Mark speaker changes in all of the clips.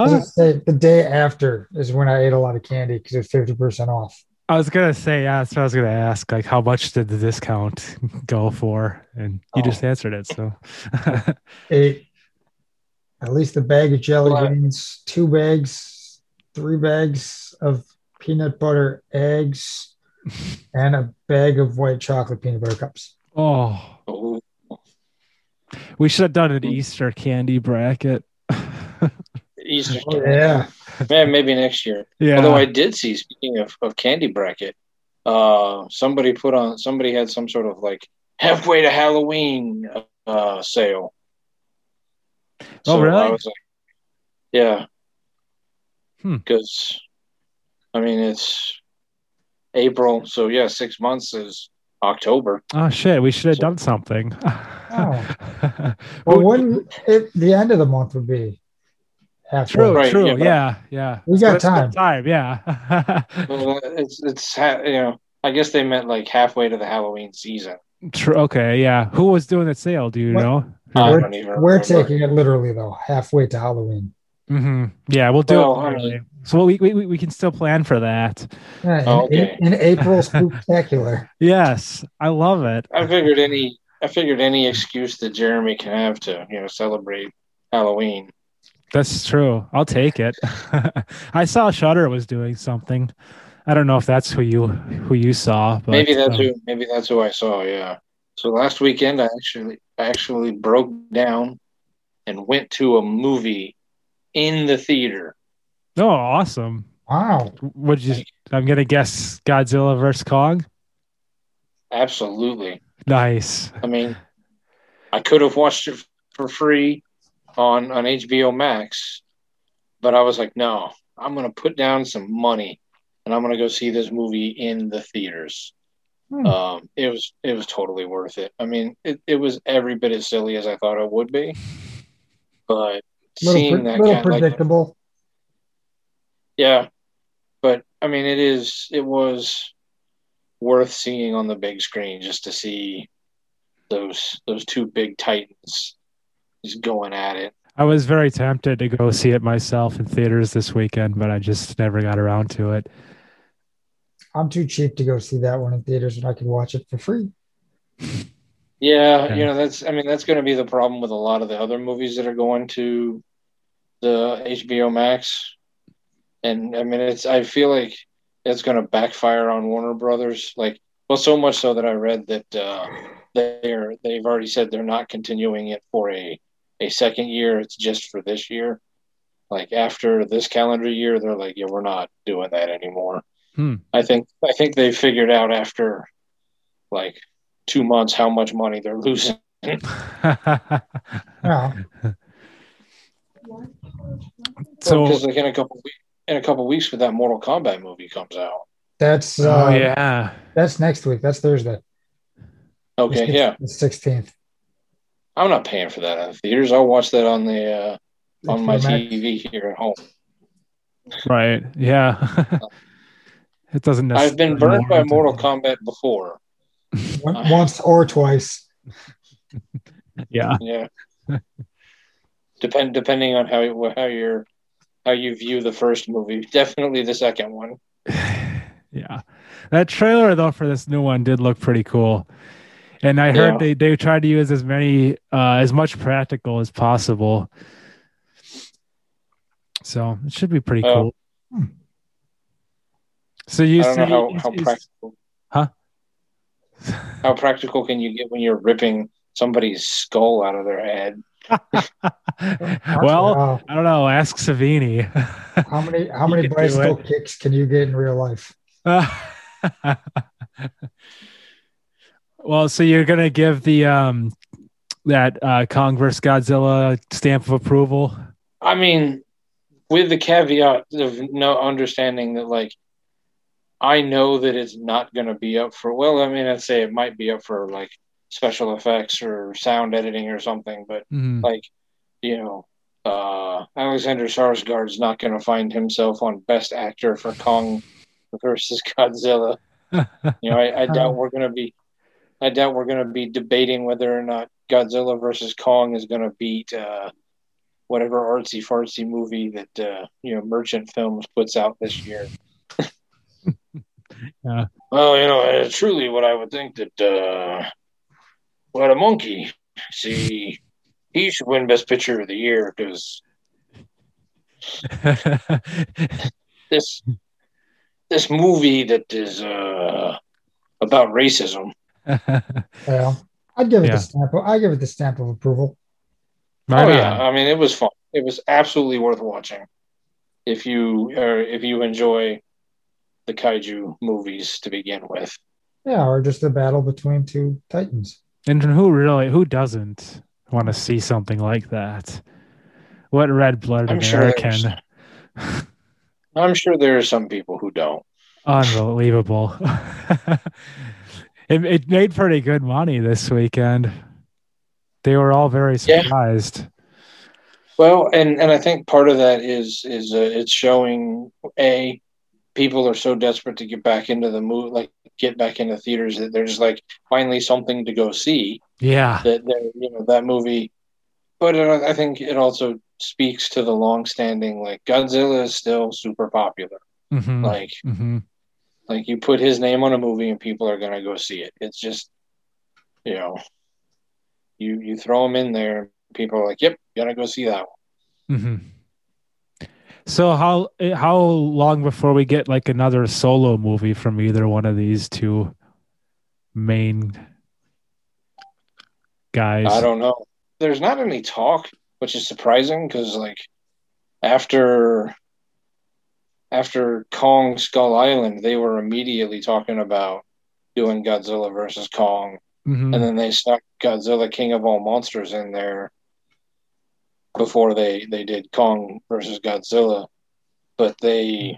Speaker 1: let's say the day after is when I ate a lot of candy because it's fifty percent off.
Speaker 2: I was gonna say yeah. That's what I was gonna ask. Like, how much did the discount go for? And you
Speaker 1: Oh.
Speaker 2: just answered it. So,
Speaker 1: Ate at least a bag of jelly
Speaker 3: Wow.
Speaker 1: beans, two bags, three bags of peanut butter eggs, and a bag of white chocolate peanut butter cups.
Speaker 2: oh,
Speaker 3: oh,
Speaker 2: we should have done an Easter candy bracket.
Speaker 3: Easter,
Speaker 1: Oh, yeah.
Speaker 3: man, maybe next year.
Speaker 2: yeah.
Speaker 3: Although I did see, speaking of, of candy bracket, uh, somebody put on somebody had some sort of like halfway to Halloween uh, sale.
Speaker 2: Oh, really?
Speaker 3: I was like, yeah,
Speaker 2: Hmm.
Speaker 3: because I mean it's April, so yeah, six months is October.
Speaker 2: Oh shit, we should have
Speaker 3: So-
Speaker 2: done something.
Speaker 1: Well, when it, the end of the month would be halfway.
Speaker 2: true,
Speaker 3: Right,
Speaker 2: true,
Speaker 3: yeah,
Speaker 2: yeah,
Speaker 3: but-
Speaker 2: yeah,
Speaker 1: We got
Speaker 2: Let's
Speaker 1: time.
Speaker 2: Time, yeah.
Speaker 3: Well, it's it's ha- you know I guess they meant like halfway to the Halloween season.
Speaker 2: true. Okay, yeah. Who was doing the sale? Do you
Speaker 1: What?
Speaker 2: know?
Speaker 3: I
Speaker 1: We're-
Speaker 3: don't even
Speaker 1: We're
Speaker 3: remember.
Speaker 1: taking it literally though, halfway to Halloween.
Speaker 2: hmm Yeah, we'll do
Speaker 3: Well,
Speaker 2: it.
Speaker 3: I mean-
Speaker 2: early. So we, we we can still plan for that.
Speaker 1: Yeah, in,
Speaker 3: Okay.
Speaker 1: in April spectacular.
Speaker 2: Yes, I love it.
Speaker 3: I figured any I figured any excuse that Jeremy can have to, you know, celebrate Halloween.
Speaker 2: That's true. I'll take it. I saw Shutter was doing something. I don't know if that's who you who you saw, but
Speaker 3: maybe that's
Speaker 2: um,
Speaker 3: who maybe that's who I saw, yeah. So last weekend I actually I actually broke down and went to a movie in the theater.
Speaker 2: Oh, awesome!
Speaker 1: Wow.
Speaker 2: Would you? I'm gonna guess Godzilla versus Kong.
Speaker 3: Absolutely.
Speaker 2: Nice.
Speaker 3: I mean I could have watched it for free on on HBO Max, but I was like, no, I'm gonna put down some money and I'm gonna go see this movie in the theaters.
Speaker 1: Hmm.
Speaker 3: um, it was it was totally worth it. I mean, it, it was every bit as silly as I thought it would be, but
Speaker 1: little
Speaker 3: seeing
Speaker 1: pre-
Speaker 3: that
Speaker 1: little
Speaker 3: kind of like,
Speaker 1: predictable.
Speaker 3: yeah, but I mean, it is it was worth seeing on the big screen just to see those those two big titans just going at it.
Speaker 2: I was very tempted to go see it myself in theaters this weekend, but I just never got around to it.
Speaker 1: I'm too cheap to go see that one in theaters, and I could watch it for free.
Speaker 3: Yeah,
Speaker 2: Yeah.
Speaker 3: you know that's. I mean, that's going to be the problem with a lot of the other movies that are going to the HBO Max. And I mean, it's. I feel like it's going to backfire on Warner Brothers. Like, well, so much so that I read that uh, they're they've already said they're not continuing it for a a second year. It's just for this year. Like after this calendar year, they're like, yeah, we're not doing that anymore.
Speaker 2: Hmm.
Speaker 3: I think I think they figured out after like two months how much money they're losing.
Speaker 1: Yeah.
Speaker 2: so
Speaker 3: because like in a couple weeks, in a couple weeks, when that Mortal Kombat movie comes out.
Speaker 1: That's uh,
Speaker 2: oh yeah
Speaker 1: that's next week. That's Thursday.
Speaker 3: Okay,
Speaker 1: It's-
Speaker 3: yeah,
Speaker 1: The 16th.
Speaker 3: I'm not paying for that in the theaters. I'll watch that on the uh, on my TV here at home.
Speaker 2: right yeah it doesn't
Speaker 3: I've been burned by Mortal Kombat before.
Speaker 1: One- Once or twice.
Speaker 2: yeah
Speaker 3: Yeah, depend depending on how you- how you're how you view the first movie. Definitely the second one.
Speaker 2: yeah that trailer though for this new one did look pretty cool and i heard
Speaker 3: Yeah.
Speaker 2: they, they tried to use as many uh, as much practical as possible so it should be pretty
Speaker 3: Oh.
Speaker 2: cool so
Speaker 3: I
Speaker 2: you
Speaker 3: don't
Speaker 2: say
Speaker 3: know how, how
Speaker 2: is- is-
Speaker 3: practical.
Speaker 2: Huh?
Speaker 3: How practical can you get when you're ripping somebody's skull out of their head?
Speaker 2: well
Speaker 1: Wow.
Speaker 2: i don't know ask savini
Speaker 1: how many how
Speaker 2: You
Speaker 1: many
Speaker 2: can do it.
Speaker 1: bicycle kicks can you get in real life?
Speaker 2: well, so you're gonna give the um that uh Kong vs Godzilla stamp of approval?
Speaker 3: I mean, with the caveat of no understanding that, like, I know that it's not going to be up for. Well, I mean, I'd say it might be up for like special effects or sound editing or something, but
Speaker 2: Mhm.
Speaker 3: like, you know, uh, Alexander Sarsgaard's not going to find himself on Best Actor for Kong versus Godzilla. You know, I, I doubt we're gonna be, I doubt we're gonna be debating whether or not Godzilla versus Kong is gonna beat uh, whatever artsy fartsy movie that uh, you know Merchant Films puts out this year.
Speaker 2: Yeah.
Speaker 3: Well, you know, uh, truly, what I would think that, uh, what a monkey. See, he should win Best Picture of the year because this this movie that is uh, about racism.
Speaker 1: Yeah. I'd give it
Speaker 2: Yeah.
Speaker 1: the stamp. I give it the stamp of approval.
Speaker 2: Right
Speaker 3: oh
Speaker 2: on.
Speaker 3: yeah, I mean it was fun. It was absolutely worth watching. If you or if you enjoy the kaiju movies to begin with,
Speaker 1: Yeah, or just a battle between two titans.
Speaker 2: And who really who doesn't want to see something like that? What red blooded
Speaker 3: I'm sure
Speaker 2: American.
Speaker 3: there's- I'm sure there are some people who don't.
Speaker 2: Unbelievable. it, it made pretty good money this weekend. They were all very
Speaker 3: Yeah.
Speaker 2: surprised.
Speaker 3: Well, and and I think part of that is is uh, it's showing a people are so desperate to get back into the movie, like get back into theaters that they're just like finally something to go see.
Speaker 2: Yeah.
Speaker 3: that that you know that movie but it, i think it also speaks to the long-standing like godzilla is still super popular
Speaker 2: Mhm.
Speaker 3: like
Speaker 2: Mhm.
Speaker 3: like you put his name on a movie and people are going to go see it it's just you know you you throw him in there people are like yep gonna go see that one
Speaker 2: hmm Mm-hmm. So how eh, how long before we get like another solo movie from either one of these two main guys?
Speaker 3: i don't know there's not any talk which is surprising because like after after kong skull island they were immediately talking about doing godzilla versus kong
Speaker 2: Mhm.
Speaker 3: and then they stuck Godzilla King of All Monsters in there before they they did Kong versus Godzilla, but they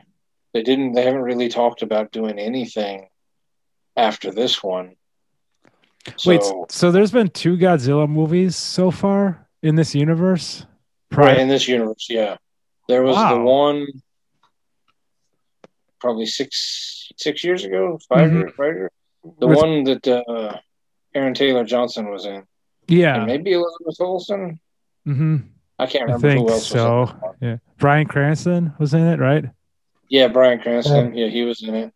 Speaker 3: they didn't they haven't really talked about doing anything after this one. So,
Speaker 2: Wait, s- so there's been two Godzilla movies so far in this universe?
Speaker 3: right
Speaker 2: Prior,
Speaker 3: in this universe, yeah, there was the
Speaker 2: Wow.
Speaker 3: one probably six six years ago, 5
Speaker 2: Mhm.
Speaker 3: years, five years, the
Speaker 2: With-
Speaker 3: one that uh, Aaron Taylor Johnson was in, and
Speaker 2: yeah,
Speaker 3: maybe Elizabeth Olsen.
Speaker 2: hmm
Speaker 3: I can't
Speaker 2: I
Speaker 3: remember
Speaker 2: think
Speaker 3: who else was
Speaker 2: so.
Speaker 3: in that one.
Speaker 2: Yeah, Brian Cranston was in it, right?
Speaker 3: Yeah, Brian Cranston. Yeah, he was in it.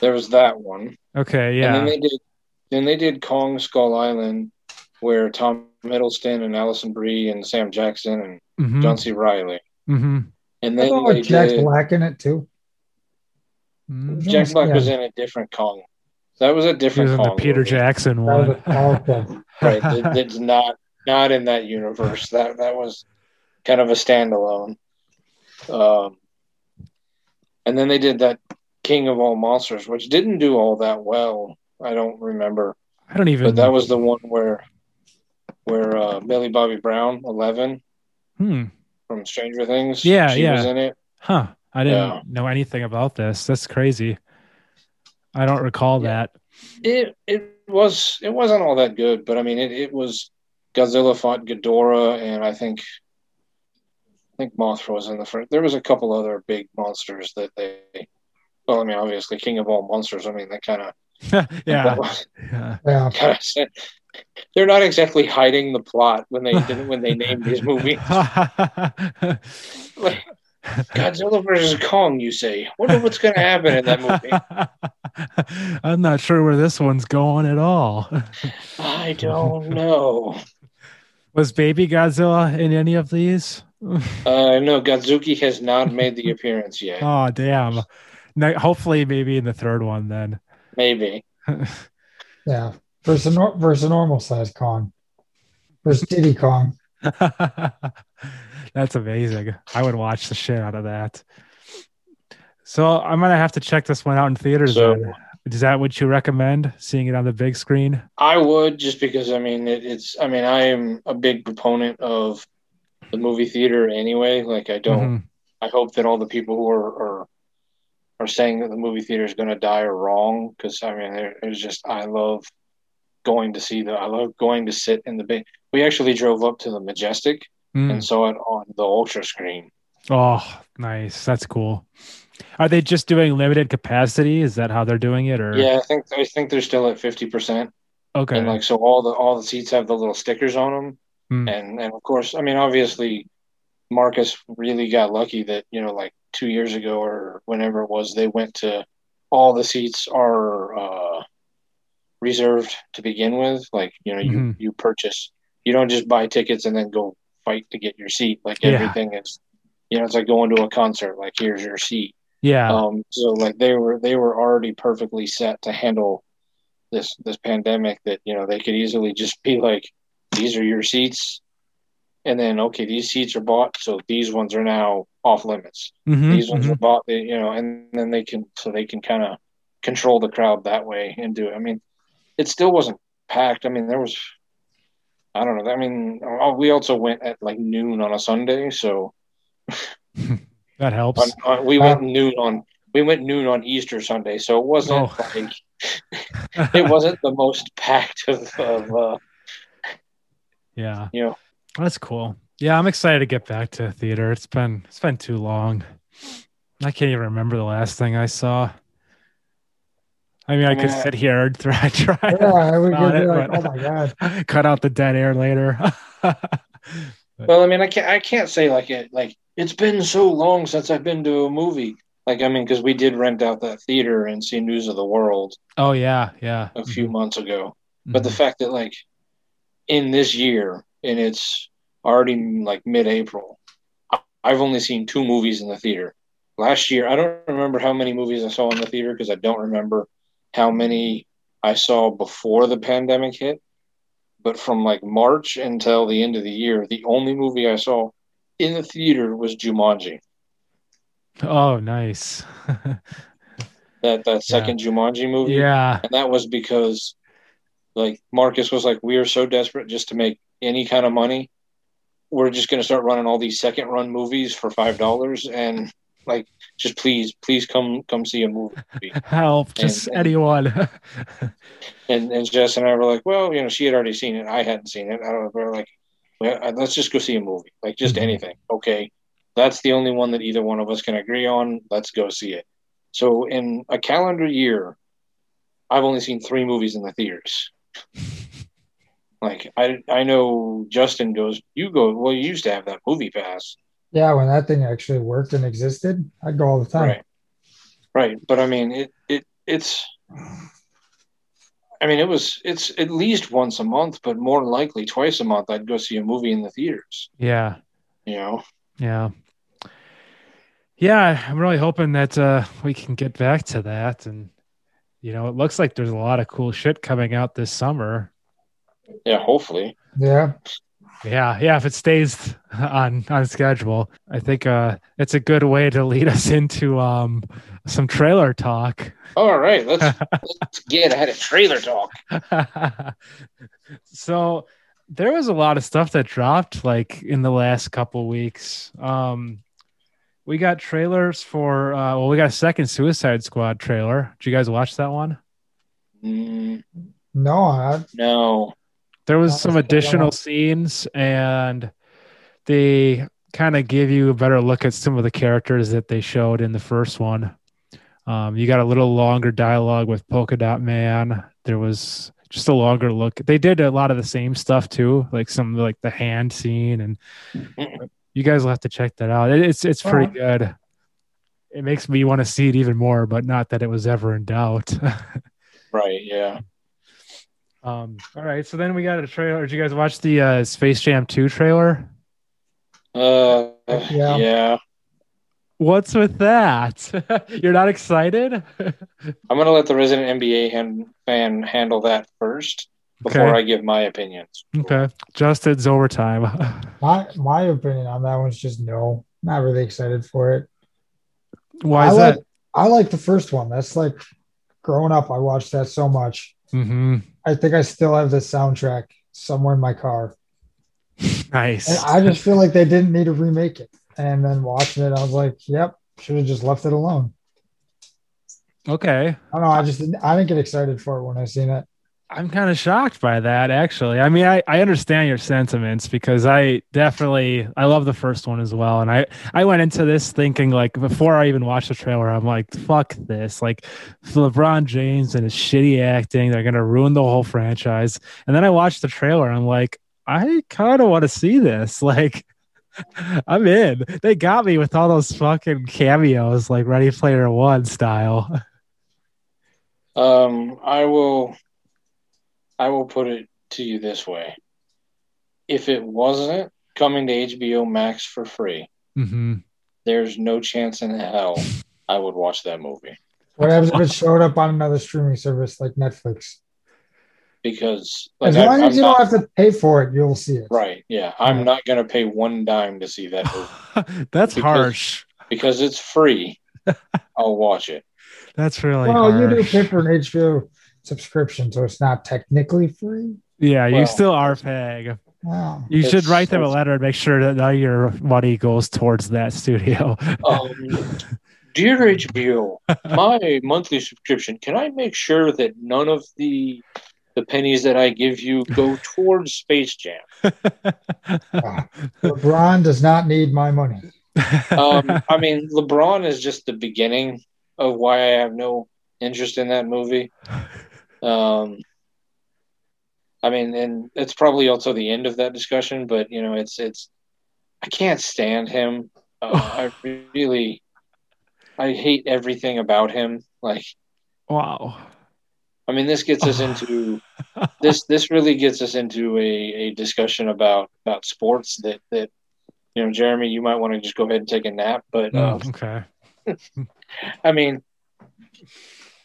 Speaker 3: There was that one.
Speaker 2: Okay,
Speaker 3: And
Speaker 2: yeah,
Speaker 3: then they did then they did Kong Skull Island where Tom Middleston and Allison Brie and Sam Jackson and
Speaker 2: Mm-hmm.
Speaker 3: John C. Riley,
Speaker 2: Mm-hmm.
Speaker 3: and
Speaker 1: I
Speaker 3: then
Speaker 1: thought
Speaker 3: they
Speaker 1: like Jack
Speaker 3: did,
Speaker 1: Black in it too.
Speaker 2: mm
Speaker 1: Black-
Speaker 3: Jack Black
Speaker 1: Yeah.
Speaker 3: was in a different Kong. That was a
Speaker 2: He was
Speaker 3: different
Speaker 2: in
Speaker 3: Kong.
Speaker 2: the Peter
Speaker 3: movie.
Speaker 2: Jackson
Speaker 1: That was
Speaker 2: one.
Speaker 1: a all film.
Speaker 3: right? That, that's not not in that universe. That that was kind of a standalone. Um, and then they did that King of All Monsters, which didn't do all that well. I don't remember,
Speaker 2: I don't even.
Speaker 3: but that was the one where where uh, Millie Bobby Brown, Eleven
Speaker 2: Hmm.
Speaker 3: from Stranger Things,
Speaker 2: Yeah,
Speaker 3: she
Speaker 2: yeah.
Speaker 3: was in it.
Speaker 2: Huh. I didn't
Speaker 3: Yeah.
Speaker 2: know anything about this. That's crazy. I don't recall
Speaker 3: Yeah.
Speaker 2: that.
Speaker 3: It it was it wasn't all that good, but I mean it, it was Godzilla fought Ghidorah, and I think I think Mothra was in the first. There was a couple other big monsters that they. Well, I mean, obviously, King of All Monsters. I mean, that kind of
Speaker 2: yeah. yeah.
Speaker 1: Yeah.
Speaker 3: kind of. They're not exactly hiding the plot when they didn't when they named these movies. Like, Godzilla versus Kong, you say? Wonder what's going to happen in that movie.
Speaker 2: I'm not sure where this one's going at all.
Speaker 3: I don't know.
Speaker 2: Was Baby Godzilla in any of these?
Speaker 3: Uh, no, Godzuki has not made the appearance yet.
Speaker 2: Oh damn! No, hopefully, maybe in the third one then.
Speaker 3: Maybe.
Speaker 1: Yeah. Versus a, nor- versus a normal size Kong. Versus Diddy Kong.
Speaker 2: That's amazing. I would watch the shit out of that. So I'm gonna have to check this one out in theaters.
Speaker 3: So-
Speaker 2: then. Is that what you recommend? Seeing it on the big screen?
Speaker 3: I would just because I mean it, it's I mean I am a big proponent of the movie theater anyway. Like I don't
Speaker 2: Mhm.
Speaker 3: I hope that all the people who are are, are saying that the movie theater is going to die are wrong because I mean there, it's just I love going to see the I love going to sit in the big. We actually drove up to the Majestic
Speaker 2: Mm.
Speaker 3: and saw it on the ultra screen.
Speaker 2: Oh, nice. That's cool. Are they just doing limited capacity? Is that how they're doing it? Or
Speaker 3: Yeah, I think I think they're still at fifty percent.
Speaker 2: okay.
Speaker 3: and like so all the all the seats have the little stickers on them
Speaker 2: Hmm.
Speaker 3: and and of course i mean obviously marcus really got lucky that you know like two years ago or whenever it was they went to all the seats are uh reserved to begin with like you know you
Speaker 2: Mhm.
Speaker 3: you purchase you don't just buy tickets and then go fight to get your seat like
Speaker 2: Yeah.
Speaker 3: everything is you know it's like going to a concert like here's your seat
Speaker 2: yeah.
Speaker 3: um, so like they were they were already perfectly set to handle this this pandemic that you know they could easily just be like these are your seats and then okay these seats are bought so these ones are now off limits
Speaker 2: Mhm,
Speaker 3: these ones
Speaker 2: mhm.
Speaker 3: are bought they, you know and then they can so they can kind of control the crowd that way and do it I mean it still wasn't packed I mean there was I don't know I mean oh, we also went at like noon on a Sunday so
Speaker 2: That helps.
Speaker 3: on, on, we
Speaker 1: Uh,
Speaker 3: went noon on we went noon on Easter Sunday, so it wasn't
Speaker 2: Oh.
Speaker 3: like it wasn't the most packed of, of uh,
Speaker 2: yeah.
Speaker 3: you know.
Speaker 2: That's cool. Yeah, I'm excited to get back to theater. It's been it's been too long. I can't even remember the last thing I saw. I mean, I could
Speaker 3: Yeah.
Speaker 2: sit here and try, try
Speaker 1: Yeah, I would
Speaker 2: Not
Speaker 1: be
Speaker 2: it,
Speaker 1: like, oh
Speaker 2: but-
Speaker 1: my God.
Speaker 2: cut out the dead air later.
Speaker 3: Well, I mean, I can't I can't say like it like it's been so long since I've been to a movie. Like I mean, because we did rent out that theater and see News of the World
Speaker 2: oh yeah, yeah.
Speaker 3: a few months ago, but
Speaker 2: But
Speaker 3: the fact that like in this year and it's already like mid-April, I- I've only seen two movies in the theater. Last year, I don't remember how many movies I saw in the theater because I don't remember how many I saw before the pandemic hit. But from like March until the end of the year, the only movie I saw in the theater was Jumanji.
Speaker 2: oh, nice.
Speaker 3: That that second Jumanji movie.
Speaker 2: yeah.
Speaker 3: and that was because like Marcus was like, we are so desperate just to make any kind of money. We're just going to start running all these second run movies for five dollars, and like, just please, please come, come see a movie.
Speaker 2: Help, just
Speaker 3: and-
Speaker 2: anyone.
Speaker 3: And and Jess and I were like, well, you know, she had already seen it, I hadn't seen it. I don't know. We were like, well, I- let's just go see a movie, like just
Speaker 2: Mhm.
Speaker 3: anything. Okay, that's the only one that either one of us can agree on. Let's go see it. So in a calendar year, I've only seen three movies in the theaters. Like I I know Justin goes, you go well, you used to have that movie pass.
Speaker 1: Yeah, when that thing actually worked and existed, I'd go all the time.
Speaker 3: Right. Right. But I mean it it it's I mean, it was it's at least once a month, but more than likely twice a month. I'd go see a movie in the theaters.
Speaker 2: Yeah.
Speaker 3: You know,
Speaker 2: Yeah. Yeah, I'm really hoping that uh, we can get back to that. And, you know, it looks like there's a lot of cool shit coming out this summer.
Speaker 3: yeah. Hopefully,
Speaker 1: Yeah.
Speaker 2: Yeah, yeah, if it stays on on schedule. I think uh it's a good way to lead us into um some trailer talk.
Speaker 3: all right. Let's let's get ahead of trailer talk.
Speaker 2: so there was a lot of stuff that dropped like in the last couple weeks. Um we got trailers for uh well we got a second Suicide Squad trailer. Did you guys watch that one?
Speaker 3: Mm,
Speaker 1: No, I,
Speaker 3: no,
Speaker 2: There
Speaker 1: That
Speaker 2: was some
Speaker 1: was the other
Speaker 2: additional
Speaker 1: one.
Speaker 2: scenes and they kind of give you a better look at some of the characters that they showed in the first one. Um, you got a little longer dialogue with Polka Dot Man. There was just a longer look. They did a lot of the same stuff too, like some like the hand scene, and you guys will have to check that out. It, it's it's pretty good. It makes me want to see it even more, but not that it was ever in doubt.
Speaker 3: right? Yeah.
Speaker 2: um, all right, so then we got a trailer. Did you guys watch the uh, Space Jam Two trailer?
Speaker 3: Uh,
Speaker 1: Yeah.
Speaker 3: yeah. yeah.
Speaker 2: What's with that? You're not excited?
Speaker 3: I'm gonna let the resident NBA hand, fan handle that first before
Speaker 2: Okay.
Speaker 3: I give my opinions.
Speaker 2: okay, Justin's overtime.
Speaker 1: my my opinion on that one's just no. Not really excited for it.
Speaker 2: Why
Speaker 1: I
Speaker 2: is
Speaker 1: like
Speaker 2: that?
Speaker 1: I like the first one. That's like growing up, I watched that so much.
Speaker 2: Mm-hmm.
Speaker 1: I think I still have the soundtrack somewhere in my car. And
Speaker 2: Nice.
Speaker 1: I just feel like they didn't need to remake it. And then watching it, I was like, yep, should have just left it alone.
Speaker 2: okay.
Speaker 1: I don't know. I just didn't, I didn't get excited for it when I seen it.
Speaker 2: I'm kind of shocked by that, actually. I mean, I, I understand your sentiments because I definitely I love the first one as well. And I I went into this thinking like before I even watched the trailer, I'm like, fuck this, like LeBron James and his shitty acting, they're gonna ruin the whole franchise. And then I watched the trailer, I'm like, I kind of want to see this, like. I'm in. They got me with all those fucking cameos, like Ready Player One style.
Speaker 3: Um, I will, I will put it to you this way: if it wasn't coming to HBO Max for free,
Speaker 2: hmm
Speaker 3: there's no chance in hell I would watch that movie
Speaker 1: What happens if it showed up on another streaming service like Netflix?
Speaker 3: because like
Speaker 1: As
Speaker 3: I,
Speaker 1: long
Speaker 3: am
Speaker 1: as you
Speaker 3: not
Speaker 1: don't have to pay for it, you'll see it.
Speaker 3: right. Yeah, I'm not gonna pay one dime to see that movie
Speaker 2: That's
Speaker 3: Because-
Speaker 2: harsh.
Speaker 3: because it's free. I'll watch it.
Speaker 2: That's really
Speaker 1: Well, you do
Speaker 2: harsh.
Speaker 1: pay for an HBO subscription, so it's not technically free.
Speaker 2: yeah, you
Speaker 3: Well,
Speaker 2: still are paying.
Speaker 1: Wow.
Speaker 2: You should
Speaker 3: it's-
Speaker 2: write them a
Speaker 3: it's-
Speaker 2: letter and make sure that all your money goes towards that studio.
Speaker 3: Um, dear HBO, my monthly subscription. Can I make sure that none of the the pennies that I give you go towards Space Jam?
Speaker 1: LeBron does not need my money.
Speaker 3: Um, I mean, LeBron is just the beginning of why I have no interest in that movie. Um, I mean, and it's probably also the end of that discussion. But you know, it's it's I can't stand him. Uh, I really, I hate everything about him. Like.
Speaker 2: wow.
Speaker 3: I mean, this gets us into this. This really gets us into a, a discussion about about sports that that you know, Jeremy, you might want to just go ahead and take a nap. But uh,
Speaker 2: Mm, okay.
Speaker 3: I mean,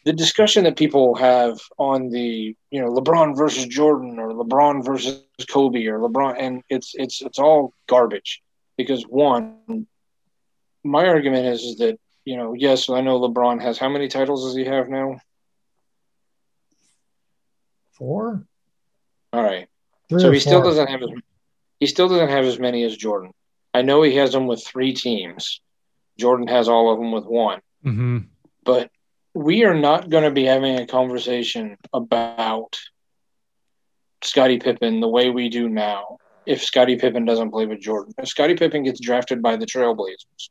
Speaker 3: the discussion that people have on the you know LeBron versus Jordan or LeBron versus Kobe or LeBron, and it's it's it's all garbage because one, my argument is, is that you know yes, I know LeBron has how many titles does he have now?
Speaker 1: Four?
Speaker 3: All right.
Speaker 1: Three
Speaker 3: so
Speaker 1: or
Speaker 3: he still
Speaker 1: four.
Speaker 3: doesn't have as he still doesn't have as many as Jordan. I know he has them with three teams. Jordan has all of them with one.
Speaker 2: hmm
Speaker 3: But we are not going to be having a conversation about Scottie Pippen the way we do now if Scottie Pippen doesn't play with Jordan. If Scottie Pippen gets drafted by the Trailblazers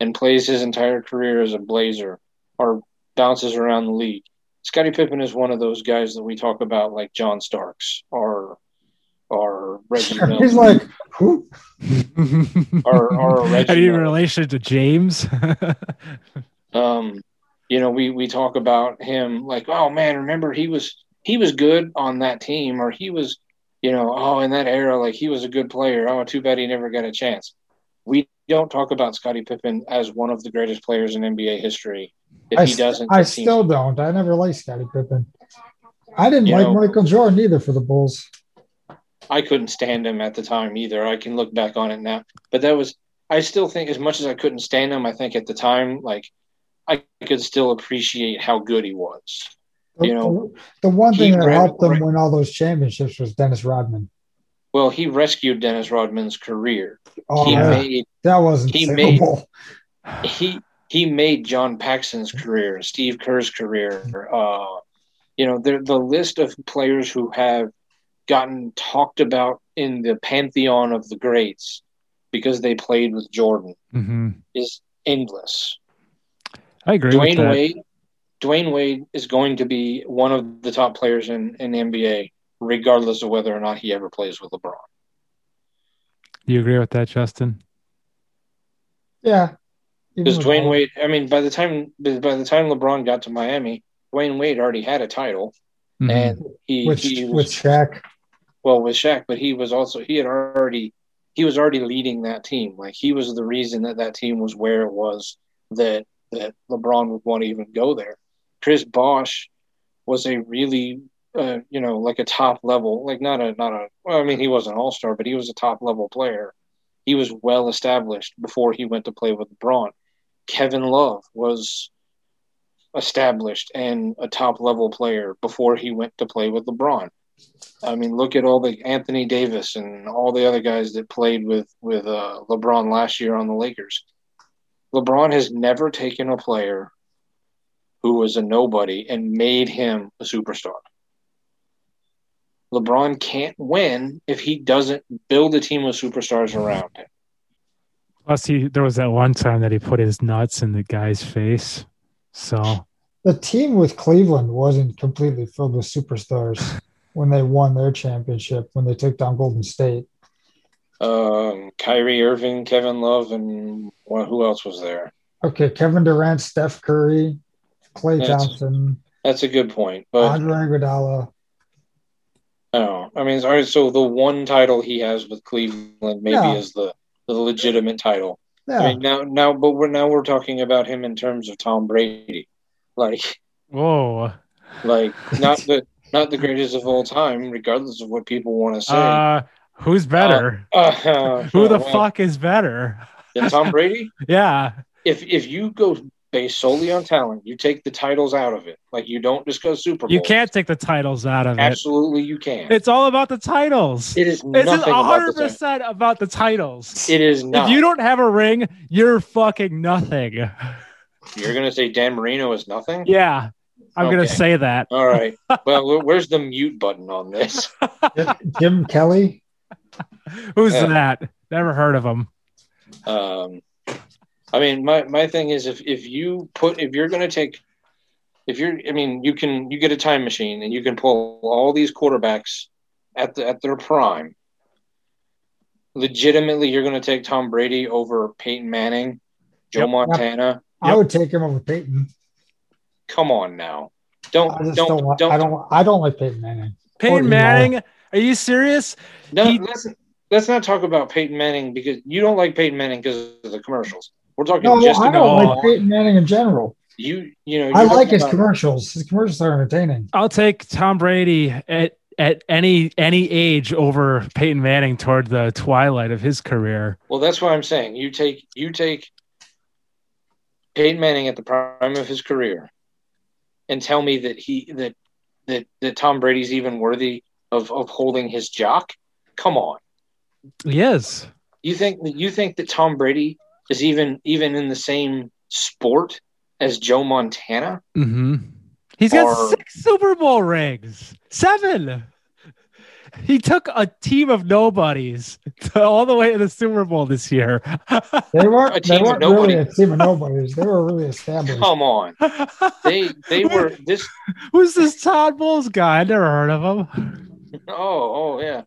Speaker 3: and plays his entire career as a Blazer or bounces around the league, Scottie Pippen is one of those guys that we talk about, like John Starks or or Reggie Miller.
Speaker 1: He's like, who?
Speaker 3: Or- or Reggie
Speaker 2: Any
Speaker 3: Miller.
Speaker 2: relation to James?
Speaker 3: um, you know, we we talk about him like, oh man, remember he was he was good on that team, or he was, you know, oh, in that era, like he was a good player. Oh, too bad he never got a chance. We don't talk about Scottie Pippen as one of the greatest players in NBA history. If
Speaker 1: I,
Speaker 3: he
Speaker 1: st-
Speaker 3: doesn't,
Speaker 1: I
Speaker 3: the team-
Speaker 1: still don't. I never liked Scottie Pippen. I didn't
Speaker 3: You
Speaker 1: like
Speaker 3: know-
Speaker 1: Michael Jordan either for the Bulls.
Speaker 3: I couldn't stand him at the time either. I can look back on it now, but that was I still think as much as I couldn't stand him, I think at the time like I could still appreciate how good he was.
Speaker 1: The-
Speaker 3: You know,
Speaker 1: the one
Speaker 3: he
Speaker 1: thing that
Speaker 3: ran-
Speaker 1: helped them win all those championships was Dennis Rodman.
Speaker 3: Well, he rescued Dennis Rodman's career.
Speaker 1: Oh,
Speaker 3: he
Speaker 2: yeah.
Speaker 3: made
Speaker 1: that wasn't
Speaker 3: he made-
Speaker 1: terrible.
Speaker 3: he he made John Paxson's career, Steve Kerr's career. Uh, you know, the the list of players who have gotten talked about in the pantheon of the greats because they played with Jordan
Speaker 2: hmm
Speaker 3: is endless.
Speaker 2: I agree with
Speaker 3: Dwayne
Speaker 2: that.
Speaker 3: Wade, Dwayne Wade is going to be one of the top players in, in the NBA, regardless of whether or not he ever plays with LeBron.
Speaker 2: Do you agree with that, Justin?
Speaker 1: Yeah. Even
Speaker 3: Because
Speaker 1: with
Speaker 3: Dwayne
Speaker 1: all-
Speaker 3: Wade, I mean, by the time by the time LeBron got to Miami, Dwayne Wade already had a title,
Speaker 2: Mhm.
Speaker 3: and he,
Speaker 1: with,
Speaker 3: he
Speaker 1: with
Speaker 3: was
Speaker 1: Shaq.
Speaker 3: well with Shaq, but he was also he had already he was already leading that team. Like he was the reason that that team was where it was that that LeBron would want to even go there. Chris Bosh was a really uh, you know like a top level like not a not a well I mean he was an all star but he was a top level player. He was well established before he went to play with LeBron. Kevin Love was established and a top level player before he went to play with LeBron. I mean, look at all the Anthony Davis and all the other guys that played with with uh, LeBron last year on the Lakers. LeBron has never taken a player who was a nobody and made him a superstar. LeBron can't win if he doesn't build a team of superstars around him.
Speaker 2: Plus, he there was that one time that he put his nuts in the guy's face. So
Speaker 1: The team with Cleveland wasn't completely filled with superstars when they won their championship, when they took down Golden State.
Speaker 3: Um, Kyrie Irving, Kevin Love, and well, who else was there?
Speaker 1: Okay, Kevin Durant, Steph Curry, Clay
Speaker 3: That's-
Speaker 1: Thompson,
Speaker 3: That's a good point. But
Speaker 1: Andre Iguodala.
Speaker 3: Oh, I mean, all right. So the one title he has with Cleveland maybe
Speaker 1: Yeah.
Speaker 3: is the, the legitimate title.
Speaker 1: Yeah,
Speaker 3: I mean, now, now, but we're now we're talking about him in terms of Tom Brady, like,
Speaker 2: whoa.
Speaker 3: like not the not the greatest of all time, regardless of what people want to say.
Speaker 2: Uh, who's better?
Speaker 3: Uh,
Speaker 2: Who the
Speaker 3: well,
Speaker 2: fuck is better?
Speaker 3: than Tom Brady?
Speaker 2: Yeah.
Speaker 3: If if you go based solely on talent, you take the titles out of it. Like you don't discuss Super Bowl.
Speaker 2: You can't take the titles out of it.
Speaker 3: Absolutely, you can.
Speaker 2: It's all about the titles.
Speaker 3: It is
Speaker 2: It's
Speaker 3: nothing about the
Speaker 2: hundred
Speaker 3: title.
Speaker 2: percent about the titles.
Speaker 3: It is not.
Speaker 2: If you don't have a ring, you're fucking nothing.
Speaker 3: You're gonna say Dan Marino is nothing.
Speaker 2: Yeah. I'm gonna
Speaker 3: Okay.
Speaker 2: say that.
Speaker 3: All right. Well, wh- where's the mute button on this?
Speaker 1: Jim Kelly.
Speaker 2: Who's
Speaker 3: Yeah.
Speaker 2: that? Never heard of him.
Speaker 3: Um, I mean, my, my thing is if, if you put if you're going to take if you're I mean you can you get a time machine and you can pull all these quarterbacks at the, at their prime. Legitimately, you're going to take Tom Brady over Peyton Manning, Joe
Speaker 2: Yep.
Speaker 3: Montana.
Speaker 1: I would take him over Peyton.
Speaker 3: Come on now,
Speaker 1: I
Speaker 3: don't
Speaker 1: just
Speaker 3: don't
Speaker 1: don't,
Speaker 3: don't,
Speaker 1: want, I don't. I don't like Peyton Manning. Or
Speaker 2: Peyton
Speaker 1: Eli.
Speaker 2: Manning. Are you serious?
Speaker 3: No,
Speaker 2: He-
Speaker 3: let's let's not talk about Peyton Manning because you don't like Peyton Manning because of the commercials. We're talking
Speaker 1: No,
Speaker 3: just
Speaker 1: I
Speaker 3: about
Speaker 1: don't like
Speaker 3: LeBron.
Speaker 1: Peyton Manning in general.
Speaker 3: you. You know,
Speaker 1: I
Speaker 3: you're
Speaker 1: like
Speaker 3: talking
Speaker 1: his
Speaker 3: about-
Speaker 1: commercials. His commercials are entertaining.
Speaker 2: I'll take Tom Brady at at any any age over Peyton Manning toward the twilight of his career.
Speaker 3: Well, that's what I'm saying. You take you take Peyton Manning at the prime of his career, and tell me that he that that that Tom Brady's even worthy of of holding his jock. Come on,
Speaker 2: Yes.
Speaker 3: you think you think that Tom Brady is even even in the same sport as Joe Montana?
Speaker 2: Mm-hmm. He's got
Speaker 3: Or-
Speaker 2: six Super Bowl rings. Seven. He took a team of nobodies to all the way to the Super Bowl this year.
Speaker 1: They weren't.
Speaker 3: A
Speaker 1: They
Speaker 3: team of
Speaker 1: weren't really a
Speaker 3: nobody.
Speaker 1: team of nobodies. They were really established.
Speaker 3: Come on. They they were this
Speaker 2: Who's this Todd Bowles guy? I never heard of him.
Speaker 3: Oh, oh yeah.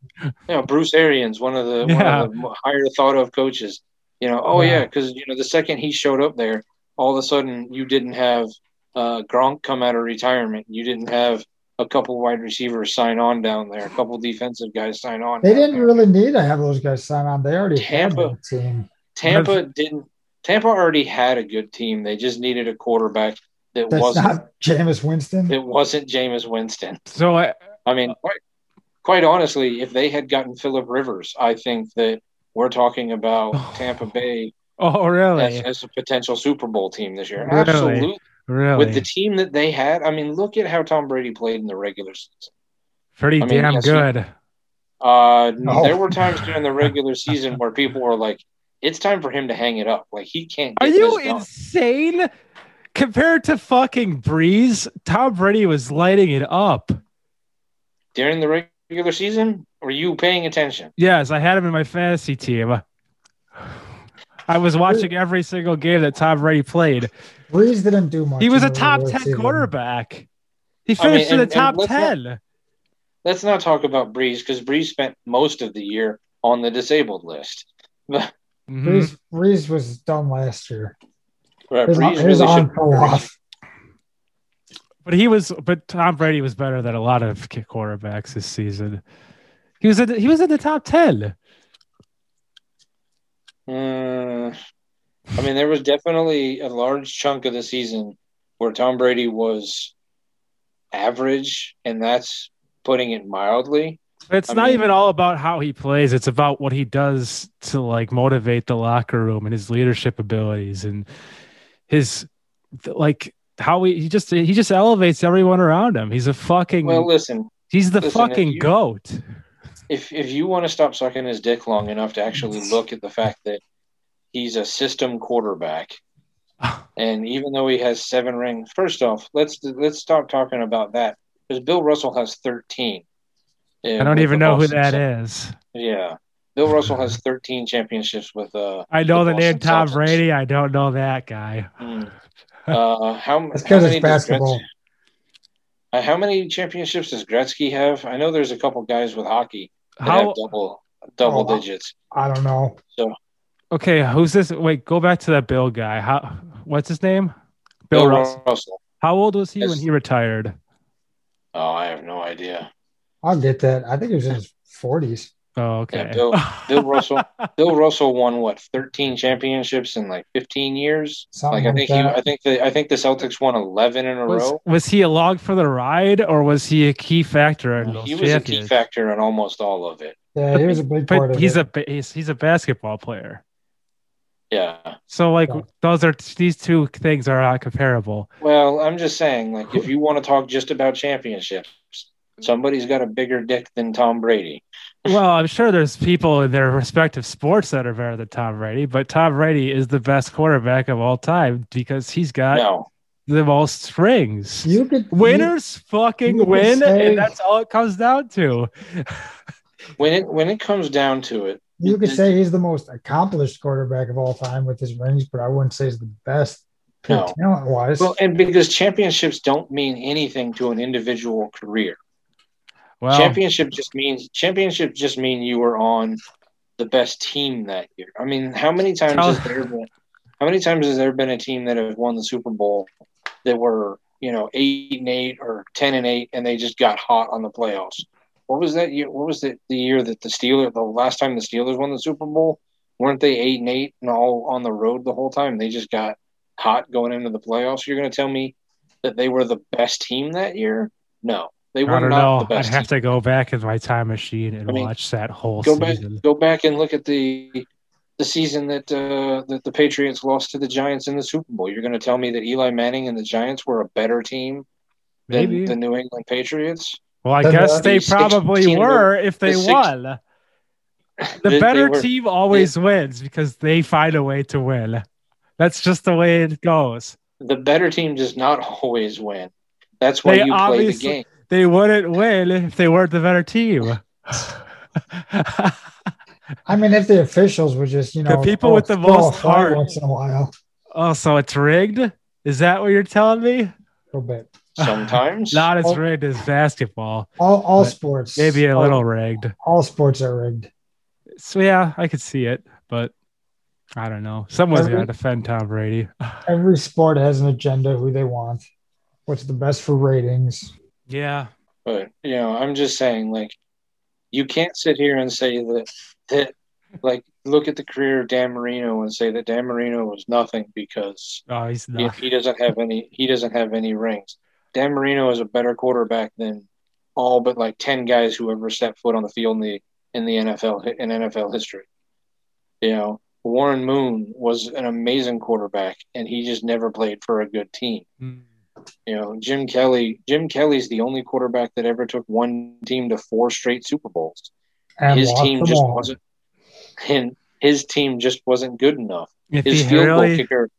Speaker 3: Yeah, Bruce Arians, one of the
Speaker 2: Yeah.
Speaker 3: one of the higher thought of coaches. You know, oh
Speaker 2: Yeah.
Speaker 3: yeah, because you know the second he showed up there, all of a sudden you didn't have uh, Gronk come out of retirement. You didn't have a couple wide receivers sign on down there, a couple defensive guys sign on.
Speaker 1: They
Speaker 3: down
Speaker 1: didn't
Speaker 3: there.
Speaker 1: really need to have those guys sign on. They already had
Speaker 3: Tampa.
Speaker 1: that team
Speaker 3: Tampa didn't. Tampa already had a good team. They just needed a quarterback that
Speaker 1: that's
Speaker 3: wasn't
Speaker 1: not Jameis Winston.
Speaker 3: that wasn't Jameis Winston.
Speaker 2: So I,
Speaker 3: I mean, quite, quite honestly, if they had gotten Philip Rivers, I think that we're talking about Tampa Bay
Speaker 2: oh
Speaker 3: as,
Speaker 2: really,
Speaker 3: as a potential Super Bowl team this year.
Speaker 2: Really?
Speaker 3: Absolutely.
Speaker 2: really,
Speaker 3: With the team that they had, I mean, look at how Tom Brady played in the regular season.
Speaker 2: pretty
Speaker 3: I mean,
Speaker 2: damn
Speaker 3: yes, he-
Speaker 2: good.
Speaker 3: Uh,
Speaker 2: Oh.
Speaker 1: No.
Speaker 3: There were times during the regular season where people were like, "It's time for him to hang it up. Like he can't."
Speaker 2: Are
Speaker 3: Get
Speaker 2: you
Speaker 3: this done.
Speaker 2: insane? Compared to fucking Breeze, Tom Brady was lighting it up.
Speaker 3: during the regular season? Were you paying attention?
Speaker 2: Yes, I had him in my fantasy team. I was watching every single game that Tom Brady played.
Speaker 1: Breeze didn't do much.
Speaker 2: He was
Speaker 1: in
Speaker 2: a
Speaker 1: the
Speaker 2: top
Speaker 1: regular
Speaker 2: ten
Speaker 1: season.
Speaker 2: quarterback. He
Speaker 3: I mean,
Speaker 2: finished
Speaker 3: and-
Speaker 2: in
Speaker 3: and
Speaker 2: the top
Speaker 3: let's not-
Speaker 2: ten.
Speaker 3: Let's not talk about Breeze because Breeze spent most of the year on the disabled list.
Speaker 2: Mhm.
Speaker 1: Breeze, Breeze was done last year.
Speaker 3: Right,
Speaker 1: His,
Speaker 3: Breeze
Speaker 1: his
Speaker 3: really
Speaker 1: on
Speaker 3: should-
Speaker 1: fell off.
Speaker 2: But he was, but Tom Brady was better than a lot of ki- quarterbacks this season. He was in, the- he was in the top ten.
Speaker 3: Mm, I mean, there was definitely a large chunk of the season where Tom Brady was average, and that's putting it mildly.
Speaker 2: It's
Speaker 3: I
Speaker 2: not
Speaker 3: mean-
Speaker 2: even all about how he plays; it's about what he does to like motivate the locker room and his leadership abilities and his th- like how he, he just he just elevates everyone around him. He's a fucking
Speaker 3: Well, listen,
Speaker 2: he's the
Speaker 3: listen, if
Speaker 2: fucking
Speaker 3: you-
Speaker 2: goat.
Speaker 3: if if you want to stop sucking his dick long enough to actually look at the fact that he's a system quarterback, and even though he has seven rings, first off, let's let's stop talking about that because Bill Russell has thirteen.
Speaker 2: I don't even know who that is.
Speaker 3: Yeah, Bill Russell has thirteen championships with uh.
Speaker 2: I know the,
Speaker 3: The
Speaker 2: name
Speaker 3: Boston
Speaker 2: Tom
Speaker 3: Celtics.
Speaker 2: Brady. I don't know that guy.
Speaker 3: hmm, Uh, how,
Speaker 1: That's
Speaker 3: how
Speaker 1: because
Speaker 3: many
Speaker 1: it's
Speaker 3: does
Speaker 1: basketball.
Speaker 3: Gretzky, uh, how many championships does Gretzky have? I know there's a couple guys with hockey that
Speaker 2: How
Speaker 3: have double double
Speaker 1: Oh, wow.
Speaker 3: digits.
Speaker 1: I don't know.
Speaker 2: Okay, who's this? Wait, go back to that Bill guy. How? What's his name? Bill, Russell.
Speaker 3: Russell.
Speaker 2: How old was he when
Speaker 3: Yes.
Speaker 2: he retired?
Speaker 3: Oh, I have no idea.
Speaker 1: I'll get that. I think it was in his 40s.
Speaker 2: Oh, okay.
Speaker 3: Yeah, Bill- Bill Russell. Bill Russell won what 13 championships in like 15 years. Like
Speaker 1: Something
Speaker 3: I
Speaker 1: like,
Speaker 3: think he,
Speaker 1: that.
Speaker 3: I think the I think the Celtics won 11 in a
Speaker 2: was,
Speaker 3: row.
Speaker 2: was he along for the ride, or was he a key factor in those
Speaker 3: He was a key
Speaker 2: champions-
Speaker 3: factor in almost all of it.
Speaker 1: yeah, he was a big part
Speaker 2: But
Speaker 1: of
Speaker 2: he's
Speaker 1: it.
Speaker 2: a ba- he's, he's a basketball player.
Speaker 3: Yeah.
Speaker 2: So like
Speaker 1: Yeah.
Speaker 2: those are these two things are not comparable.
Speaker 3: Well, I'm just saying, like, if you want to talk just about championships, somebody's got a bigger dick than Tom Brady.
Speaker 2: Well, I'm sure there's people in their respective sports that are better than Tom Brady, but Tom Brady is the best quarterback of all time because he's got
Speaker 3: No,
Speaker 2: the most rings.
Speaker 1: you could you-
Speaker 2: Winners
Speaker 1: you
Speaker 2: fucking
Speaker 1: could
Speaker 2: win,
Speaker 1: say-
Speaker 2: and that's all it comes down to.
Speaker 3: when it when it comes down to it,
Speaker 1: You could say he's the most accomplished quarterback of all time with his rings, but I wouldn't say he's the best
Speaker 3: No.
Speaker 1: talent wise.
Speaker 3: well, and because championships don't mean anything to an individual career.
Speaker 2: Well,
Speaker 3: championship just means championship just mean you were on the best team that year. I mean, how many times
Speaker 2: Tell-
Speaker 3: has there been how many times has there been a team that have won the Super Bowl that were, you know, eight and eight or ten and eight and they just got hot on the playoffs? What was that year? What was the, the year that the Steelers the last time the Steelers won the Super Bowl? Weren't they eight and eight and all on the road the whole time? They just got hot going into the playoffs. You're gonna tell me that they were the best team that year? No. They were
Speaker 2: I don't
Speaker 3: not
Speaker 2: know.
Speaker 3: the
Speaker 2: I'd
Speaker 3: best team.
Speaker 2: have to go back in my time machine and
Speaker 3: I mean,
Speaker 2: watch that whole
Speaker 3: go back
Speaker 2: season.
Speaker 3: go back and look at the the season that uh, that the Patriots lost to the Giants in the Super Bowl. You're going to tell me that Eli Manning and the Giants were a better team than
Speaker 2: Maybe.
Speaker 3: the New England Patriots?
Speaker 2: Well, I
Speaker 1: Then
Speaker 2: guess
Speaker 1: the
Speaker 2: they
Speaker 3: 16
Speaker 2: probably
Speaker 3: team were-
Speaker 2: were if they
Speaker 3: the six-
Speaker 2: won. The
Speaker 3: they
Speaker 2: better
Speaker 3: were-
Speaker 2: team always wins because they find a way to win. That's just the way it goes.
Speaker 3: The better team does not always win. That's why
Speaker 2: They
Speaker 3: you play the
Speaker 2: obviously-
Speaker 3: game.
Speaker 2: They wouldn't win if they weren't the better team.
Speaker 1: I mean, if the officials were just, you
Speaker 2: The
Speaker 1: know,
Speaker 2: people
Speaker 1: throw-
Speaker 2: with the
Speaker 1: throw a
Speaker 2: most
Speaker 1: flag
Speaker 2: heart.
Speaker 1: once in a while,
Speaker 2: oh, so it's rigged? Is that what you're telling me?
Speaker 1: a little bit.
Speaker 3: Sometimes
Speaker 2: Not as
Speaker 1: Oh.
Speaker 2: rigged as basketball.
Speaker 1: All, all
Speaker 2: But
Speaker 1: sports,
Speaker 2: Maybe a
Speaker 3: Oh.
Speaker 1: all-
Speaker 2: little rigged.
Speaker 1: All sports are rigged.
Speaker 2: So yeah, I could see it, but I don't know. Someone's
Speaker 1: Every-
Speaker 2: got to defend Tom Brady.
Speaker 1: Every sport has an agenda who they want, what's the best for ratings.
Speaker 2: Yeah,
Speaker 3: But you know, I'm just saying, like, you can't sit here and say that that like look at the career of Dan Marino and say that Dan Marino was nothing because
Speaker 2: Oh, he's
Speaker 3: he,
Speaker 2: not.
Speaker 3: he doesn't have any he doesn't have any rings. Dan Marino is a better quarterback than all but like ten guys who ever stepped foot on the field in the in the NFL hi- in NFL history. You know, Warren Moon was an amazing quarterback, and he just never played for a good team.
Speaker 2: Mm.
Speaker 3: You know, Jim Kelly. Jim Kelly's the only quarterback that ever took one team to four straight Super Bowls
Speaker 1: And
Speaker 3: his
Speaker 1: lost
Speaker 3: team
Speaker 1: them
Speaker 3: just
Speaker 1: all.
Speaker 3: wasn't and his team just wasn't good enough.
Speaker 2: If
Speaker 3: His
Speaker 2: he
Speaker 3: field goal
Speaker 2: really,
Speaker 3: kicker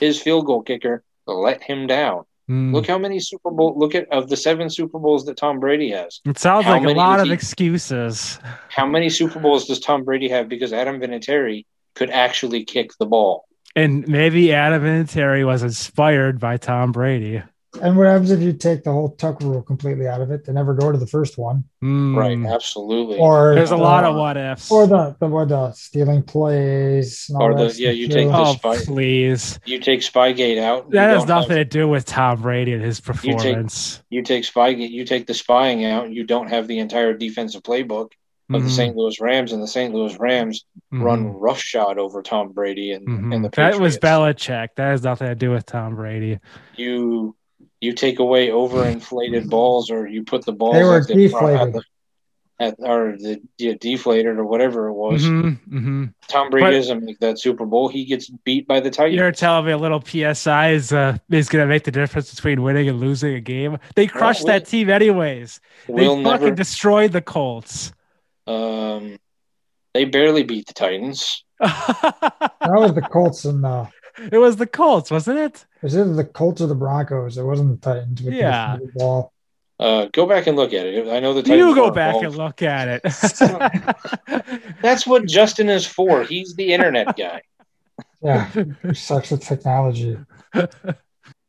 Speaker 3: his field goal kicker let him down.
Speaker 2: Mm.
Speaker 3: Look how many Super Bowl look at of the seven Super Bowls that Tom Brady has.
Speaker 2: it sounds
Speaker 3: how
Speaker 2: like a
Speaker 3: many
Speaker 2: lot
Speaker 3: did
Speaker 2: of
Speaker 3: he-
Speaker 2: excuses.
Speaker 3: How many Super Bowls does Tom Brady have because Adam Vinatieri could actually kick the ball?
Speaker 2: And maybe Adam and Terry was inspired by Tom Brady.
Speaker 1: And what happens if you take the whole Tuck rule completely out of it? They never go to the first one.
Speaker 2: Mm.
Speaker 3: Right, absolutely.
Speaker 1: Or
Speaker 2: There's a lot of
Speaker 3: Uh,
Speaker 2: what ifs.
Speaker 1: or the the what the stealing plays. And all
Speaker 3: Or the-
Speaker 1: that
Speaker 3: yeah, you
Speaker 1: stuff,
Speaker 3: take
Speaker 1: too.
Speaker 3: the-
Speaker 2: oh,
Speaker 3: despite-
Speaker 2: please.
Speaker 3: you take Spygate out. you
Speaker 2: That has
Speaker 3: don't have-
Speaker 2: nothing to do with Tom Brady and his
Speaker 3: take-
Speaker 2: performance.
Speaker 3: you take Spygate, you take the spying out, you don't have the entire defensive playbook of the
Speaker 2: Mhm.
Speaker 3: St. Louis Rams, and the St. Louis Rams run
Speaker 2: Mhm.
Speaker 3: roughshod over Tom Brady and,
Speaker 2: Mhm.
Speaker 3: and the
Speaker 2: that was
Speaker 3: Patriots.
Speaker 2: Belichick. That has nothing to do with Tom Brady.
Speaker 3: You you take away overinflated balls, or you put the balls
Speaker 1: They were
Speaker 3: at the-
Speaker 1: deflated.
Speaker 3: at, or the yeah, deflated or whatever it was.
Speaker 2: Mhm, mhm.
Speaker 3: Tom Brady doesn't make that Super Bowl. He gets beat by the Titans.
Speaker 2: You're telling me a little PSI is uh, is going to make the difference between winning and losing a game? They crushed
Speaker 3: we-
Speaker 2: that team anyways. They
Speaker 3: we'll
Speaker 2: fucking
Speaker 3: never.
Speaker 2: destroyed the Colts.
Speaker 3: um, they barely beat the Titans.
Speaker 1: that was the Colts and uh
Speaker 2: it was the Colts, wasn't it?
Speaker 1: it was either the Colts or the Broncos. It wasn't the Titans with
Speaker 2: Yeah.
Speaker 1: the ball.
Speaker 3: Uh, go back and look at it. I know the Titans.
Speaker 2: You go
Speaker 3: were
Speaker 2: back and
Speaker 3: involved.
Speaker 2: look at it.
Speaker 3: That's what Justin is for. He's the internet guy.
Speaker 1: Yeah, who sucks with technology. It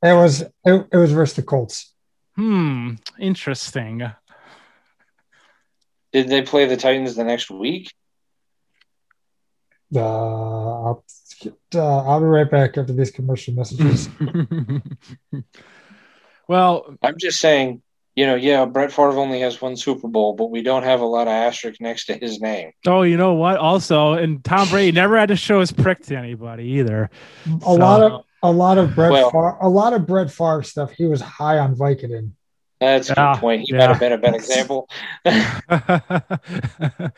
Speaker 1: was it, it was versus the Colts.
Speaker 2: hmm, interesting.
Speaker 3: Did they play the Titans the next week?
Speaker 1: Uh, I'll, uh, I'll be right back after these commercial messages.
Speaker 2: well,
Speaker 3: I'm just saying, you know, yeah, Brett Favre only has one Super Bowl, but we don't have a lot of asterisk next to his name.
Speaker 2: oh, you know what? Also, and Tom Brady never had to show his prick to anybody either.
Speaker 1: a lot of a lot of Brett
Speaker 3: Well-
Speaker 1: Favre, a lot of Brett Favre stuff. He was high on Vicodin.
Speaker 3: That's a
Speaker 2: Yeah,
Speaker 3: good point. He
Speaker 2: yeah.
Speaker 3: might have been a bad example.
Speaker 2: that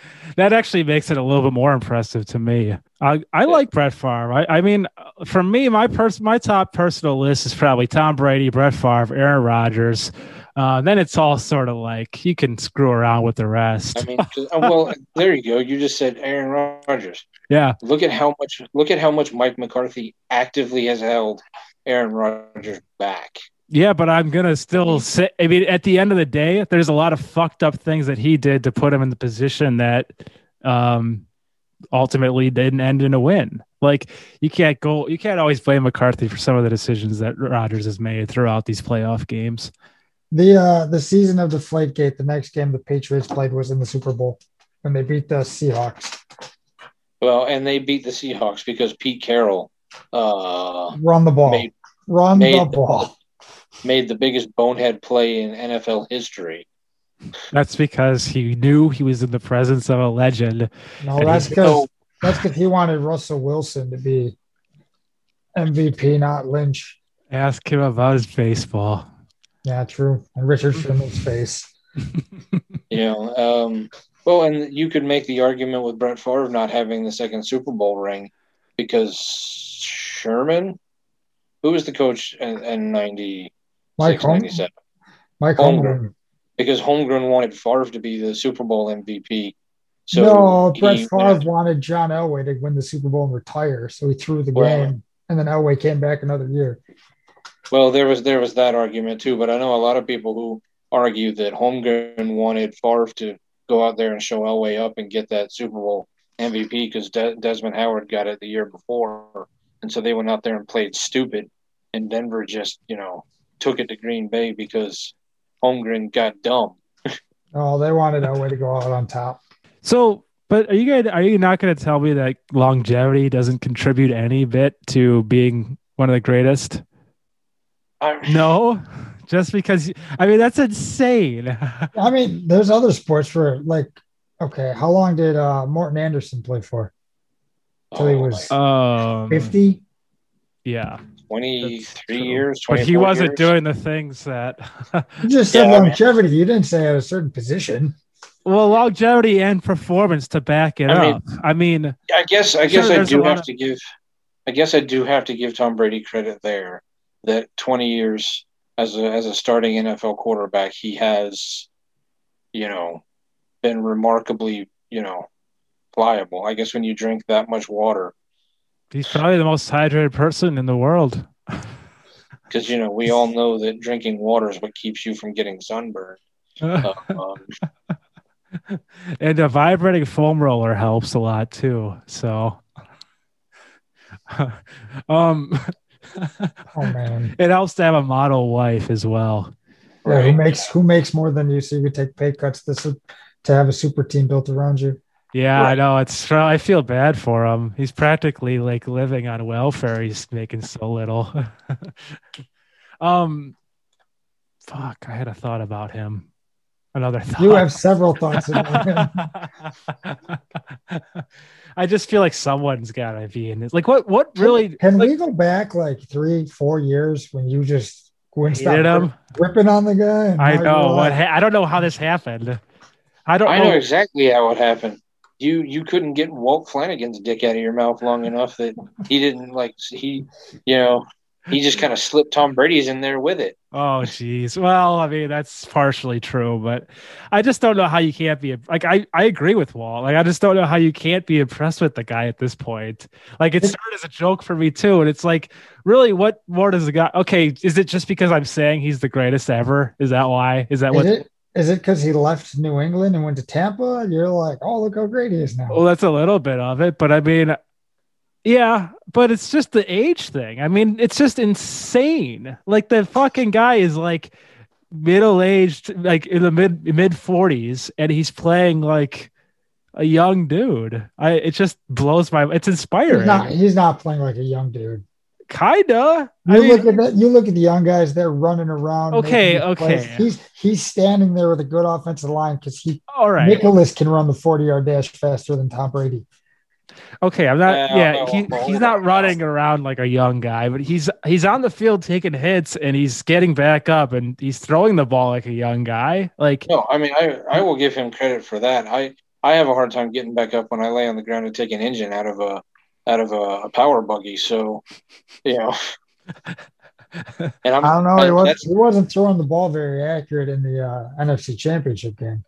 Speaker 2: actually makes it a little bit more impressive to me. I, I like Brett Favre. I, I mean, uh, for me, my pers- my top personal list is probably Tom Brady, Brett Favre, Aaron Rodgers. Uh, then it's all sort of like you can screw around with the rest.
Speaker 3: I mean, 'cause- oh, well, there you go. You just said Aaron Rodgers.
Speaker 2: yeah,
Speaker 3: Look at how much. Look at how much Mike McCarthy actively has held Aaron Rodgers back.
Speaker 2: yeah, but I'm gonna still say. I mean, at the end of the day, there's a lot of fucked up things that he did to put him in the position that um, ultimately didn't end in a win. Like you can't go, you can't always blame McCarthy for some of the decisions that Rodgers has made throughout these playoff games.
Speaker 1: The uh, the season of the Flight Gate, the next game the Patriots played was in the Super Bowl when they beat the Seahawks.
Speaker 3: Well, and they beat the Seahawks because Pete Carroll uh,
Speaker 1: Run the ball.
Speaker 3: made
Speaker 1: Run the
Speaker 3: made-
Speaker 1: ball.
Speaker 3: made the biggest bonehead play in NFL history.
Speaker 2: That's because he knew he was in the presence of a legend.
Speaker 1: No,
Speaker 2: And
Speaker 1: that's
Speaker 2: he-
Speaker 1: because
Speaker 3: So-
Speaker 1: that's because he wanted Russell Wilson to be MVP, not Lynch.
Speaker 2: Ask him about his baseball.
Speaker 1: Yeah, true. And Richard
Speaker 3: Mm-hmm.
Speaker 1: Sherman's face.
Speaker 3: You know, um, well, and you could make the argument with Brett Favre not having the second Super Bowl ring because Sherman, who was the coach in, in 96,
Speaker 1: Mike Holm,
Speaker 3: 97,
Speaker 1: Mike
Speaker 3: Holmgren.
Speaker 1: Holmgren.
Speaker 3: because Holmgren wanted Favre to be the Super Bowl MVP. So
Speaker 1: no, Brett
Speaker 3: he
Speaker 1: Favre
Speaker 3: went-
Speaker 1: wanted John Elway to win the Super Bowl and retire, so he threw the
Speaker 3: Well-
Speaker 1: game, and then Elway came back another year.
Speaker 3: well, there was there was that argument too, but I know a lot of people who argue that Holmgren wanted Favre to go out there and show Elway up and get that Super Bowl MVP because De- Desmond Howard got it the year before, and so they went out there and played stupid, and Denver just you know took it to Green Bay because Holmgren got dumb.
Speaker 1: Oh, they wanted Elway to go out on top.
Speaker 2: So, but are you going are you not going to tell me that longevity doesn't contribute any bit to being one of the greatest?
Speaker 3: I,
Speaker 2: No, just because I mean that's insane.
Speaker 1: I mean, there's other sports where, like, okay, how long did uh, Morton Anderson play for? Till he
Speaker 3: Oh,
Speaker 1: was
Speaker 2: um,
Speaker 1: 50?
Speaker 2: yeah,
Speaker 3: 23
Speaker 2: true.
Speaker 3: years.
Speaker 2: but he
Speaker 3: 24
Speaker 2: wasn't
Speaker 3: years.
Speaker 2: doing the things that.
Speaker 1: You just said
Speaker 3: Yeah, I mean-
Speaker 1: longevity. You didn't say at a certain position.
Speaker 2: well, longevity and performance to back it
Speaker 3: I mean-
Speaker 2: up. I mean,
Speaker 3: I guess I guess
Speaker 2: Sure,
Speaker 3: I
Speaker 2: there's a
Speaker 3: do
Speaker 2: lot
Speaker 3: have
Speaker 2: of-
Speaker 3: to give I guess I do have to give Tom Brady credit there that 20 years as a as a starting NFL quarterback he has you know been remarkably you know pliable. I guess when you drink that much water
Speaker 2: he's probably the most hydrated person in the world.
Speaker 3: because you know we all know that drinking water is what keeps you from getting sunburned. Um,
Speaker 2: and a vibrating foam roller helps a lot too. So, um,
Speaker 1: Oh man.
Speaker 2: it helps to have a model wife as well.
Speaker 1: Yeah, who
Speaker 3: right?
Speaker 1: makes who makes more than you so you could take pay cuts to, su- to have a super team built around you?
Speaker 2: Yeah, I
Speaker 3: Right.
Speaker 2: know. It's I feel bad for him. He's practically like living on welfare. He's making so little. um, fuck. I had a thought about him. Another thought.
Speaker 1: You have several thoughts about him.
Speaker 2: I just feel like someone's gotta be in this. Like, what? What really?
Speaker 1: Can
Speaker 2: like,
Speaker 1: we go back like three, four years when you just wouldn't stop
Speaker 2: hated him?
Speaker 1: ripping on the guy? and
Speaker 2: I
Speaker 1: now you're
Speaker 2: know what.
Speaker 1: like,
Speaker 2: Ha- I don't know how this happened. I don't
Speaker 3: I
Speaker 2: know.
Speaker 3: know exactly how it happened. You you couldn't get Walt Flanagan's dick out of your mouth long enough that he didn't like he you know he just kind of slipped Tom Brady's in there with it.
Speaker 2: Oh, geez. Well, I mean, that's partially true, but I just don't know how you can't be like. I I agree with Wall. Like, I just don't know how you can't be impressed with the guy at this point. Like, it started as a joke for me too, and it's like, really, what more does the guy? Okay, is it just because I'm saying he's the greatest ever? Is that why? Is that
Speaker 1: Is
Speaker 2: what?
Speaker 1: it is it because he left New England and went to Tampa? You're like, oh look how great he is now.
Speaker 2: Well, that's a little bit of it, but I mean, yeah, but it's just the age thing. I mean, it's just insane. Like the fucking guy is like middle aged, like in the mid mid forties, and he's playing like a young dude. I it just blows my. It's
Speaker 1: he's
Speaker 2: inspiring,
Speaker 1: not he's not playing like a young dude.
Speaker 2: kinda. I
Speaker 1: You
Speaker 2: mean,
Speaker 1: look at that. You look at the young guys; they're running around. making
Speaker 2: Okay,
Speaker 1: these plays.
Speaker 2: okay.
Speaker 1: He's he's standing there with a good offensive line because he
Speaker 2: all right,
Speaker 1: Nicholas can run the forty yard dash faster than Tom Brady.
Speaker 2: okay. I'm not.
Speaker 3: Yeah,
Speaker 2: yeah,
Speaker 3: well,
Speaker 2: he,
Speaker 3: well,
Speaker 2: he's
Speaker 3: well,
Speaker 2: not
Speaker 3: well.
Speaker 2: running around like a young guy, but he's he's on the field taking hits, and he's getting back up, and he's throwing the ball like a young guy. Like
Speaker 3: No, I mean I I will give him credit for that. I I have a hard time getting back up when I lay on the ground to take an engine out of a out of a, a power buggy. So you know, and I'm
Speaker 1: I don't know. He
Speaker 3: I-
Speaker 1: wasn't,
Speaker 3: that's-
Speaker 1: he wasn't throwing the ball very accurate in the uh, NFC Championship game.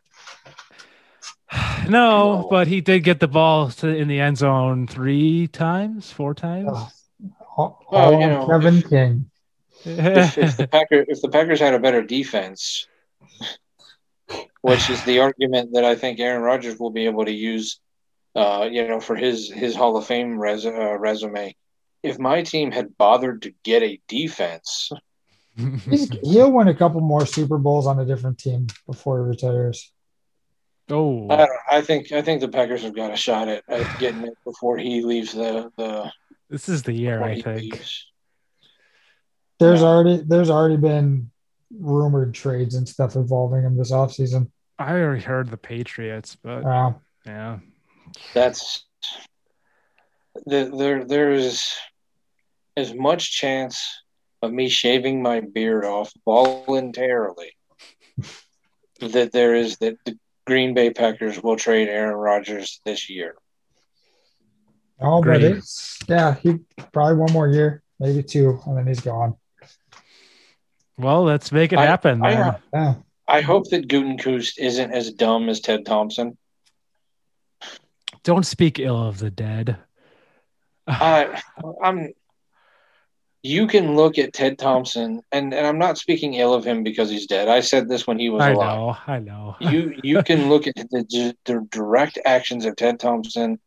Speaker 2: No,
Speaker 3: No.
Speaker 2: but he did get the ball to, in the end zone three times, four times.
Speaker 3: Oh.
Speaker 1: Ugh. All,
Speaker 3: Well,
Speaker 1: all
Speaker 3: you know,
Speaker 1: Kevin
Speaker 3: if-
Speaker 1: King.
Speaker 2: Eh.
Speaker 3: if, if the Packer if the Packers had a better defense, which is the argument that I think Aaron Rodgers will be able to use, uh, you know, for his his Hall of Fame res- uh, resume. If my team had bothered to get a defense,
Speaker 1: He's, he'll win a couple more Super Bowls on a different team before he retires.
Speaker 2: oh,
Speaker 3: I, don't, I think I think the Packers have got a shot at, at getting it before he leaves the the.
Speaker 2: this is the year,
Speaker 3: before
Speaker 2: I
Speaker 3: he
Speaker 2: think.
Speaker 3: leaves.
Speaker 1: There's
Speaker 3: Yeah.
Speaker 1: already there's already been rumored trades and stuff involving him this offseason.
Speaker 2: I already heard the Patriots, but
Speaker 1: Uh,
Speaker 2: yeah.
Speaker 3: that's the, there there is as much chance of me shaving my beard off voluntarily that there is that the Green Bay Packers will trade Aaron Rodgers this year.
Speaker 1: Oh, but
Speaker 2: Great.
Speaker 1: it's yeah, he probably one more year, maybe two, and then he's gone.
Speaker 2: Well, let's make it
Speaker 3: I-
Speaker 2: happen.
Speaker 3: I- uh,
Speaker 2: then.
Speaker 1: Yeah.
Speaker 3: I hope that Gutenkoost isn't as dumb as Ted Thompson.
Speaker 2: Don't speak ill of the dead.
Speaker 3: I, I'm. You can look at Ted Thompson, and, and I'm not speaking ill of him because he's dead. I said this when he was
Speaker 2: I
Speaker 3: alive.
Speaker 2: know, I know.
Speaker 3: you you can look at the, the direct actions of Ted Thompson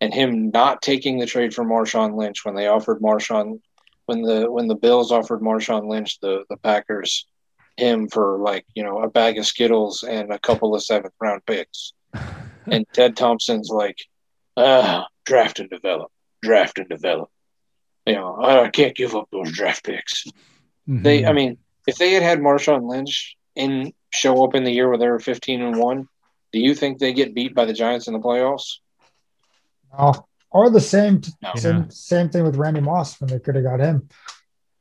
Speaker 3: and him not taking the trade for Marshawn Lynch when they offered Marshawn when the when the Bills offered Marshawn Lynch the the Packers him for like you know a bag of Skittles and a couple of seventh round picks and Ted Thompson's like ah draft and develop draft
Speaker 2: Mm-hmm.
Speaker 3: and develop you know I can't give up those draft picks they I mean If they had had Marshawn Lynch in show up in the year where they were 15 and 1, do you think they get beat by the Giants in the playoffs?
Speaker 1: No. Or the same
Speaker 3: No.
Speaker 1: same, same thing with Randy Moss when they could have got him.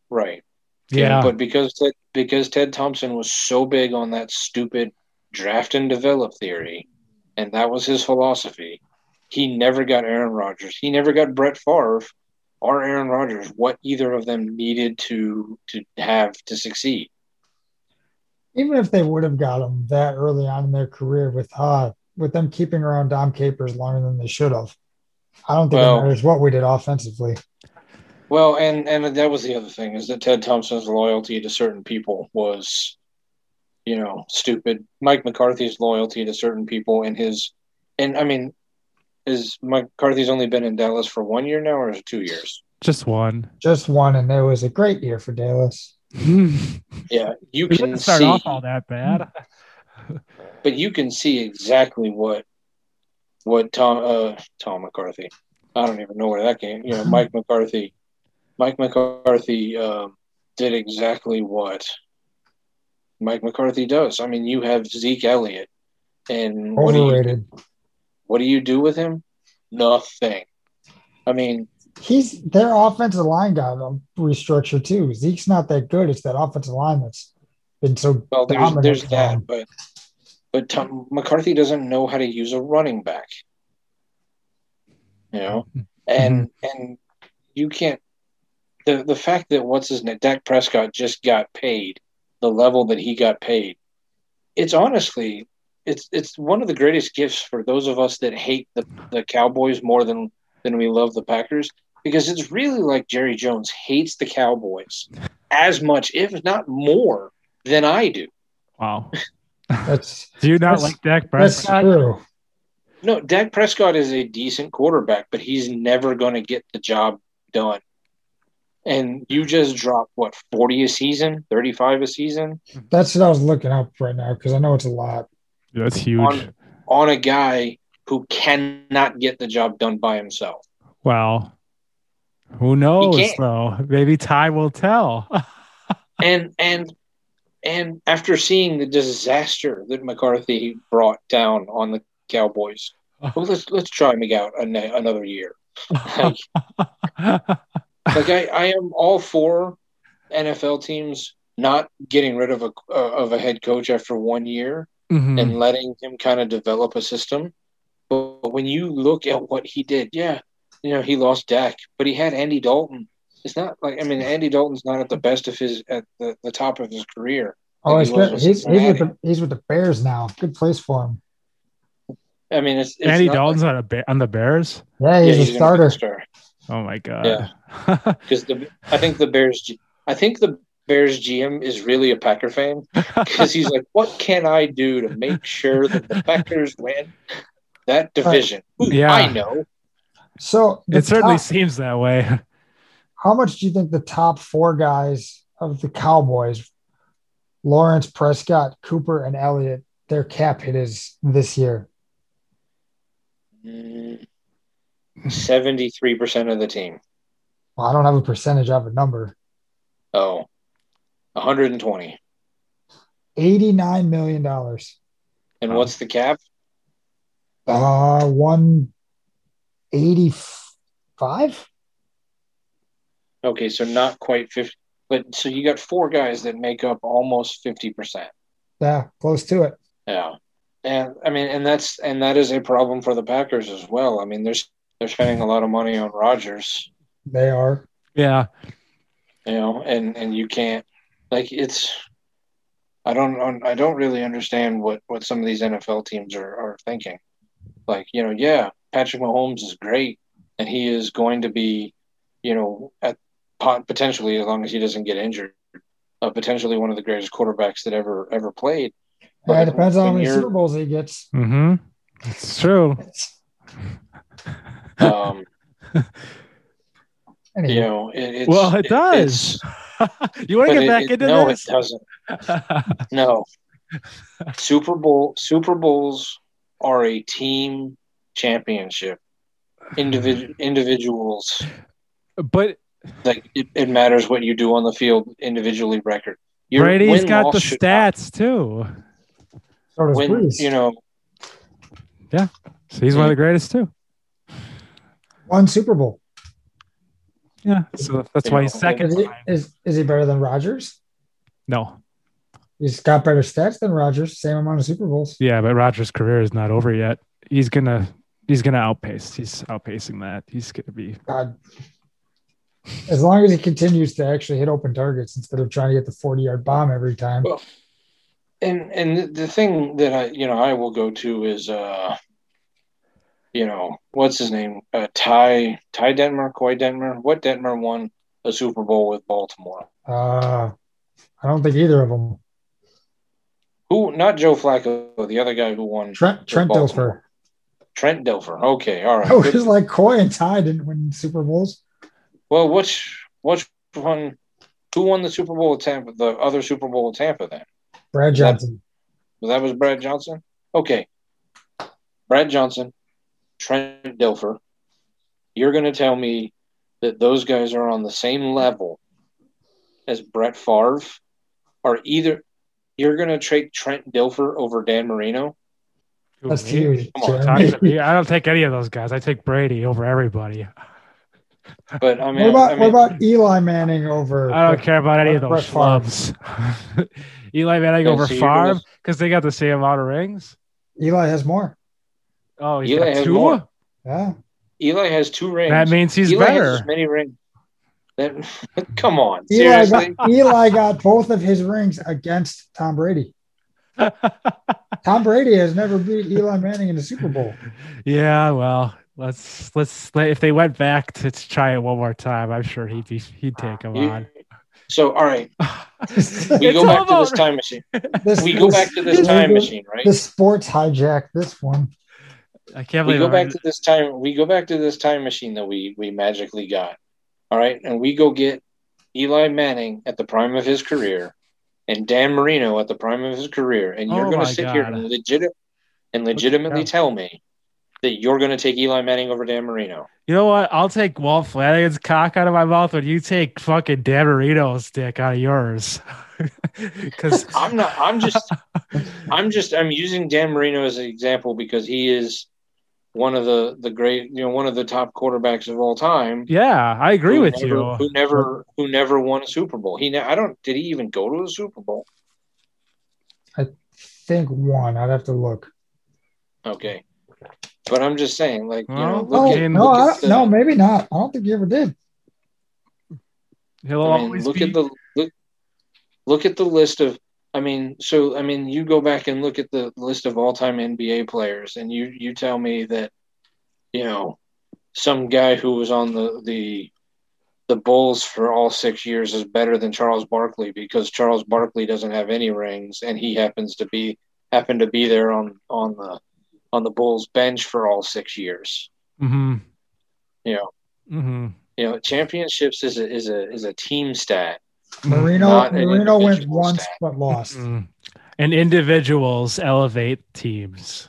Speaker 3: Right.
Speaker 2: Yeah.
Speaker 3: But because Ted, because Ted Thompson was so big on that stupid draft and develop theory, and that was his philosophy, he never got Aaron Rodgers. He never got Brett Favre or Aaron Rodgers. What either of them needed to to have to succeed.
Speaker 1: Even if they would have got him that early on in their career with uh with them keeping around Dom Capers longer than they should have. I don't think
Speaker 3: Well-
Speaker 1: it matters what we did offensively.
Speaker 3: Well, and and that was the other thing is that Ted Thompson's loyalty to certain people was, you know, stupid. Mike McCarthy's loyalty to certain people and his, and I mean, is Mike McCarthy's only been in Dallas for one year now or is it two years?
Speaker 2: Just one.
Speaker 1: Just one, and it was a great year for Dallas.
Speaker 2: we
Speaker 3: Yeah, you can
Speaker 2: didn't start
Speaker 3: see,
Speaker 2: off all that bad.
Speaker 3: but you can see exactly what, what Tom uh Tom McCarthy, I don't even know where that came. You know, Mike McCarthy, Mike McCarthy um, did exactly what Mike McCarthy does. I mean, you have Zeke Elliott, and what do you
Speaker 1: Overrated.
Speaker 3: what do you do with him? Nothing. I mean,
Speaker 1: He's their offensive line got restructured too. Zeke's not that good. It's that offensive line that's been so
Speaker 3: well, there's
Speaker 1: dominant
Speaker 3: there's
Speaker 1: for
Speaker 3: that,
Speaker 1: them.
Speaker 3: but but Tom, McCarthy doesn't know how to use a running back. You know, and and you can't the the fact that what's his name Dak Prescott just got paid the level that he got paid. It's honestly it's it's one of the greatest gifts for those of us that hate the, the Cowboys more than than we love the Packers because it's really like Jerry Jones hates the Cowboys as much if not more than I do.
Speaker 2: Wow.
Speaker 1: That's
Speaker 2: Do you not
Speaker 1: That's-
Speaker 2: like Dak
Speaker 1: that's
Speaker 2: Prescott?
Speaker 1: true.
Speaker 3: No, Dak Prescott is a decent quarterback, but he's never going to get the job done. And you just dropped what forty a season, thirty five a season
Speaker 1: That's what I was looking up right now because I know it's a lot.
Speaker 2: Yeah, That's huge.
Speaker 3: On- on a guy who cannot get the job done by himself.
Speaker 2: Wow. Who knows
Speaker 3: can't.
Speaker 2: though? Maybe time will tell.
Speaker 3: And and and after seeing the disaster that McCarthy brought down on the Cowboys, well, let's let's try him out an- another year. Like,
Speaker 2: Mm-hmm.
Speaker 3: like I, I am all for NFL teams not getting rid of a uh, of a head coach after one year
Speaker 2: Mhm.
Speaker 3: and letting him kind of develop a system. But when you look at what he did, yeah, you know he lost Dak, but he had Andy Dalton. It's not like I mean Andy Dalton's not at the best of his at the, the top of his career.
Speaker 1: Oh,
Speaker 3: Like
Speaker 1: he's,
Speaker 3: he was
Speaker 1: good.
Speaker 3: with
Speaker 1: he's, he's with
Speaker 3: Cincinnati.
Speaker 1: the he's with the Bears now. Good place for him.
Speaker 3: I mean it's, it's
Speaker 2: Andy
Speaker 3: not like-
Speaker 2: Dalton's on a ba- on the Bears.
Speaker 1: Yeah,
Speaker 3: yeah,
Speaker 1: he's
Speaker 3: he's gonna be
Speaker 1: a starter.
Speaker 3: the starter
Speaker 2: Oh my god.
Speaker 3: because the I think the Bears G- I think the Bears GM is really a Packer fan. because he's like, what can I do to make sure that the Packers win that division? Ooh,
Speaker 2: Yeah.
Speaker 3: I know.
Speaker 1: So the
Speaker 2: it certainly
Speaker 1: top-
Speaker 2: seems that way.
Speaker 1: how much do you think the top four guys of the Cowboys, Lawrence, Prescott, Cooper, and Elliott, their cap hit is this year?
Speaker 3: Mm, 73% of the team.
Speaker 1: Well, I don't have a percentage. I have a number.
Speaker 3: Oh, 120.
Speaker 1: Eighty-nine million dollars.
Speaker 3: And
Speaker 2: Wow.
Speaker 3: what's the cap?
Speaker 1: Uh, one eighty-five.
Speaker 3: Okay, so not quite 50. But so you got four guys that make up almost 50%.
Speaker 1: Yeah, close to it.
Speaker 3: Yeah. And I mean, and that's, and that is a problem for the Packers as well. I mean, there's, they're spending a lot of money on Rodgers.
Speaker 1: They are.
Speaker 2: Yeah.
Speaker 3: you know and and you can't like it's i don't i don't really understand what what some of these nfl teams are are thinking like you know yeah patrick mahomes is great and he is going to be you know at pot potentially as long as he doesn't get injured uh, potentially one of the greatest quarterbacks that ever ever played
Speaker 1: Yeah, it depends on
Speaker 3: When
Speaker 1: how many
Speaker 3: you're-
Speaker 1: Super Bowls he gets.
Speaker 2: Mm-hmm. It's true.
Speaker 3: um
Speaker 1: Anyway.
Speaker 3: you know it, it's
Speaker 2: Well, it does.
Speaker 3: it's-
Speaker 2: you want
Speaker 3: but
Speaker 2: to get
Speaker 3: it-
Speaker 2: back
Speaker 3: it-
Speaker 2: into
Speaker 3: no
Speaker 2: this?
Speaker 3: it doesn't No. Super Bowl Super Bowls are a team championship. Individual
Speaker 2: Hmm.
Speaker 3: individuals
Speaker 2: but
Speaker 3: like it, it matters what you do on the field individually record. Your
Speaker 2: Brady's
Speaker 3: win
Speaker 2: got
Speaker 3: loss
Speaker 2: the
Speaker 3: should not-
Speaker 2: stats too.
Speaker 1: So does
Speaker 3: Win,
Speaker 1: Brees.
Speaker 3: you know,
Speaker 2: So he's one of the greatest too.
Speaker 1: One Super Bowl.
Speaker 2: Yeah. So that's why he's second.
Speaker 1: Is he, is, is he better than Rodgers?
Speaker 2: No.
Speaker 1: He's got better stats than Rodgers. Same amount of Super Bowls.
Speaker 2: Yeah, but Rogers' career is not over yet. He's gonna he's gonna outpace. He's outpacing that. He's gonna be
Speaker 1: God. As long as he continues to actually hit open targets instead of trying to get the 40 yard bomb every time.
Speaker 3: Well, and and the thing that I you know I will go to is uh you know what's his name uh, Ty Ty Detmer Coy Detmer what Detmer won a Super Bowl with Baltimore
Speaker 1: Uh, I don't think either of them.
Speaker 3: who not Joe Flacco the other guy who won
Speaker 1: Trent, Trent Dilfer.
Speaker 3: Baltimore. Trent Dilfer okay all right
Speaker 1: Oh,
Speaker 3: Good.
Speaker 1: it's like Coy and Ty didn't win Super Bowls.
Speaker 3: well which which one who won the Super Bowl with Tampa the other Super Bowl with Tampa then
Speaker 1: Brad Johnson.
Speaker 3: Well, that was Brad Johnson. Okay. Brad Johnson, Trent Dilfer. You're going to tell me that those guys are on the same level as Brett Favre, or either you're going to take Trent Dilfer over Dan Marino?
Speaker 1: That's huge.
Speaker 3: Come on,
Speaker 2: Talk
Speaker 1: Jeremy.
Speaker 2: to me. I don't take any of those guys. I take Brady over everybody.
Speaker 3: But I mean,
Speaker 1: what about
Speaker 3: I mean,
Speaker 1: what about Eli Manning over?
Speaker 2: I don't care about any of those
Speaker 1: Brett Favre.
Speaker 2: schlubs. Eli Manning
Speaker 3: Yeah,
Speaker 2: over
Speaker 3: so you're gonna-
Speaker 2: Favre because they got the same amount of rings.
Speaker 1: Eli has more.
Speaker 2: Oh, he's
Speaker 3: Eli
Speaker 2: got
Speaker 3: has
Speaker 2: two.
Speaker 3: more.
Speaker 1: Yeah,
Speaker 3: Eli has two rings.
Speaker 2: That means he's
Speaker 3: Eli
Speaker 2: better.
Speaker 3: Has as many rings. That, come on,
Speaker 1: Eli
Speaker 3: seriously.
Speaker 1: got, Eli got both of his rings against Tom Brady. Tom Brady has never beat Eli Manning in a Super Bowl.
Speaker 2: yeah, well, let's let's let- if they went back to try it one more time, I'm sure he'd be he'd take him
Speaker 3: Ah. You-
Speaker 2: on.
Speaker 3: so, all right,
Speaker 1: This-
Speaker 3: we
Speaker 2: It's
Speaker 3: go back
Speaker 2: all
Speaker 3: to this
Speaker 2: about-
Speaker 3: time machine.
Speaker 1: this-
Speaker 3: We go back to this
Speaker 1: this-
Speaker 3: time machine, right?
Speaker 1: The sports hijacked this one.
Speaker 2: I can't
Speaker 3: we
Speaker 2: believe
Speaker 3: go
Speaker 2: I'm-
Speaker 3: back to this time we go back to this time machine that we we magically got all right and we go get eli manning at the prime of his career and dan marino at the prime of his career and you're
Speaker 2: Oh
Speaker 3: going
Speaker 2: my
Speaker 3: to sit here
Speaker 2: God.
Speaker 3: and legit and legitimately
Speaker 2: Yeah.
Speaker 3: tell me that you're going to take eli manning over dan marino
Speaker 2: You know what? I'll take Walt Flanagan's cock out of my mouth when you take fucking Dan Marino's dick out of yours. Because
Speaker 3: i'm not i'm just i'm just i'm using dan marino as an example because he is one of the the great you know one of the top quarterbacks of all time
Speaker 2: yeah, I agree
Speaker 3: who
Speaker 2: with
Speaker 3: never,
Speaker 2: you.
Speaker 3: Who never who never won a Super Bowl? He ne- I don't did he even go to a Super Bowl?
Speaker 1: Think one. I'd have to look.
Speaker 3: Okay, but I'm just saying, like you know,
Speaker 2: Well,
Speaker 3: look
Speaker 1: Oh
Speaker 3: at,
Speaker 2: in-
Speaker 1: no,
Speaker 3: look
Speaker 1: I
Speaker 3: at
Speaker 1: don't,
Speaker 3: the, Mm-hmm.
Speaker 1: no, maybe not. I don't think you ever did.
Speaker 2: He'll
Speaker 3: I mean,
Speaker 2: always
Speaker 3: look
Speaker 2: be.
Speaker 3: at the look, look at the list of. I mean, so I mean, you go back and look at the list of all-time NBA players, and you you tell me that, you know, some guy who was on the the the Bulls for all six years is better than Charles Barkley because Charles Barkley doesn't have any rings, and he happens to be happened to be there on on the on the Bulls bench for all six years.
Speaker 2: hmm
Speaker 3: You know,
Speaker 2: hmm
Speaker 3: you know, championships is a is a is a team stat.
Speaker 2: mm-hmm.
Speaker 1: Marino
Speaker 3: Not an
Speaker 1: Marino went
Speaker 3: individual
Speaker 1: once
Speaker 3: stat. Mm-hmm.
Speaker 1: but lost.
Speaker 2: And individuals elevate teams.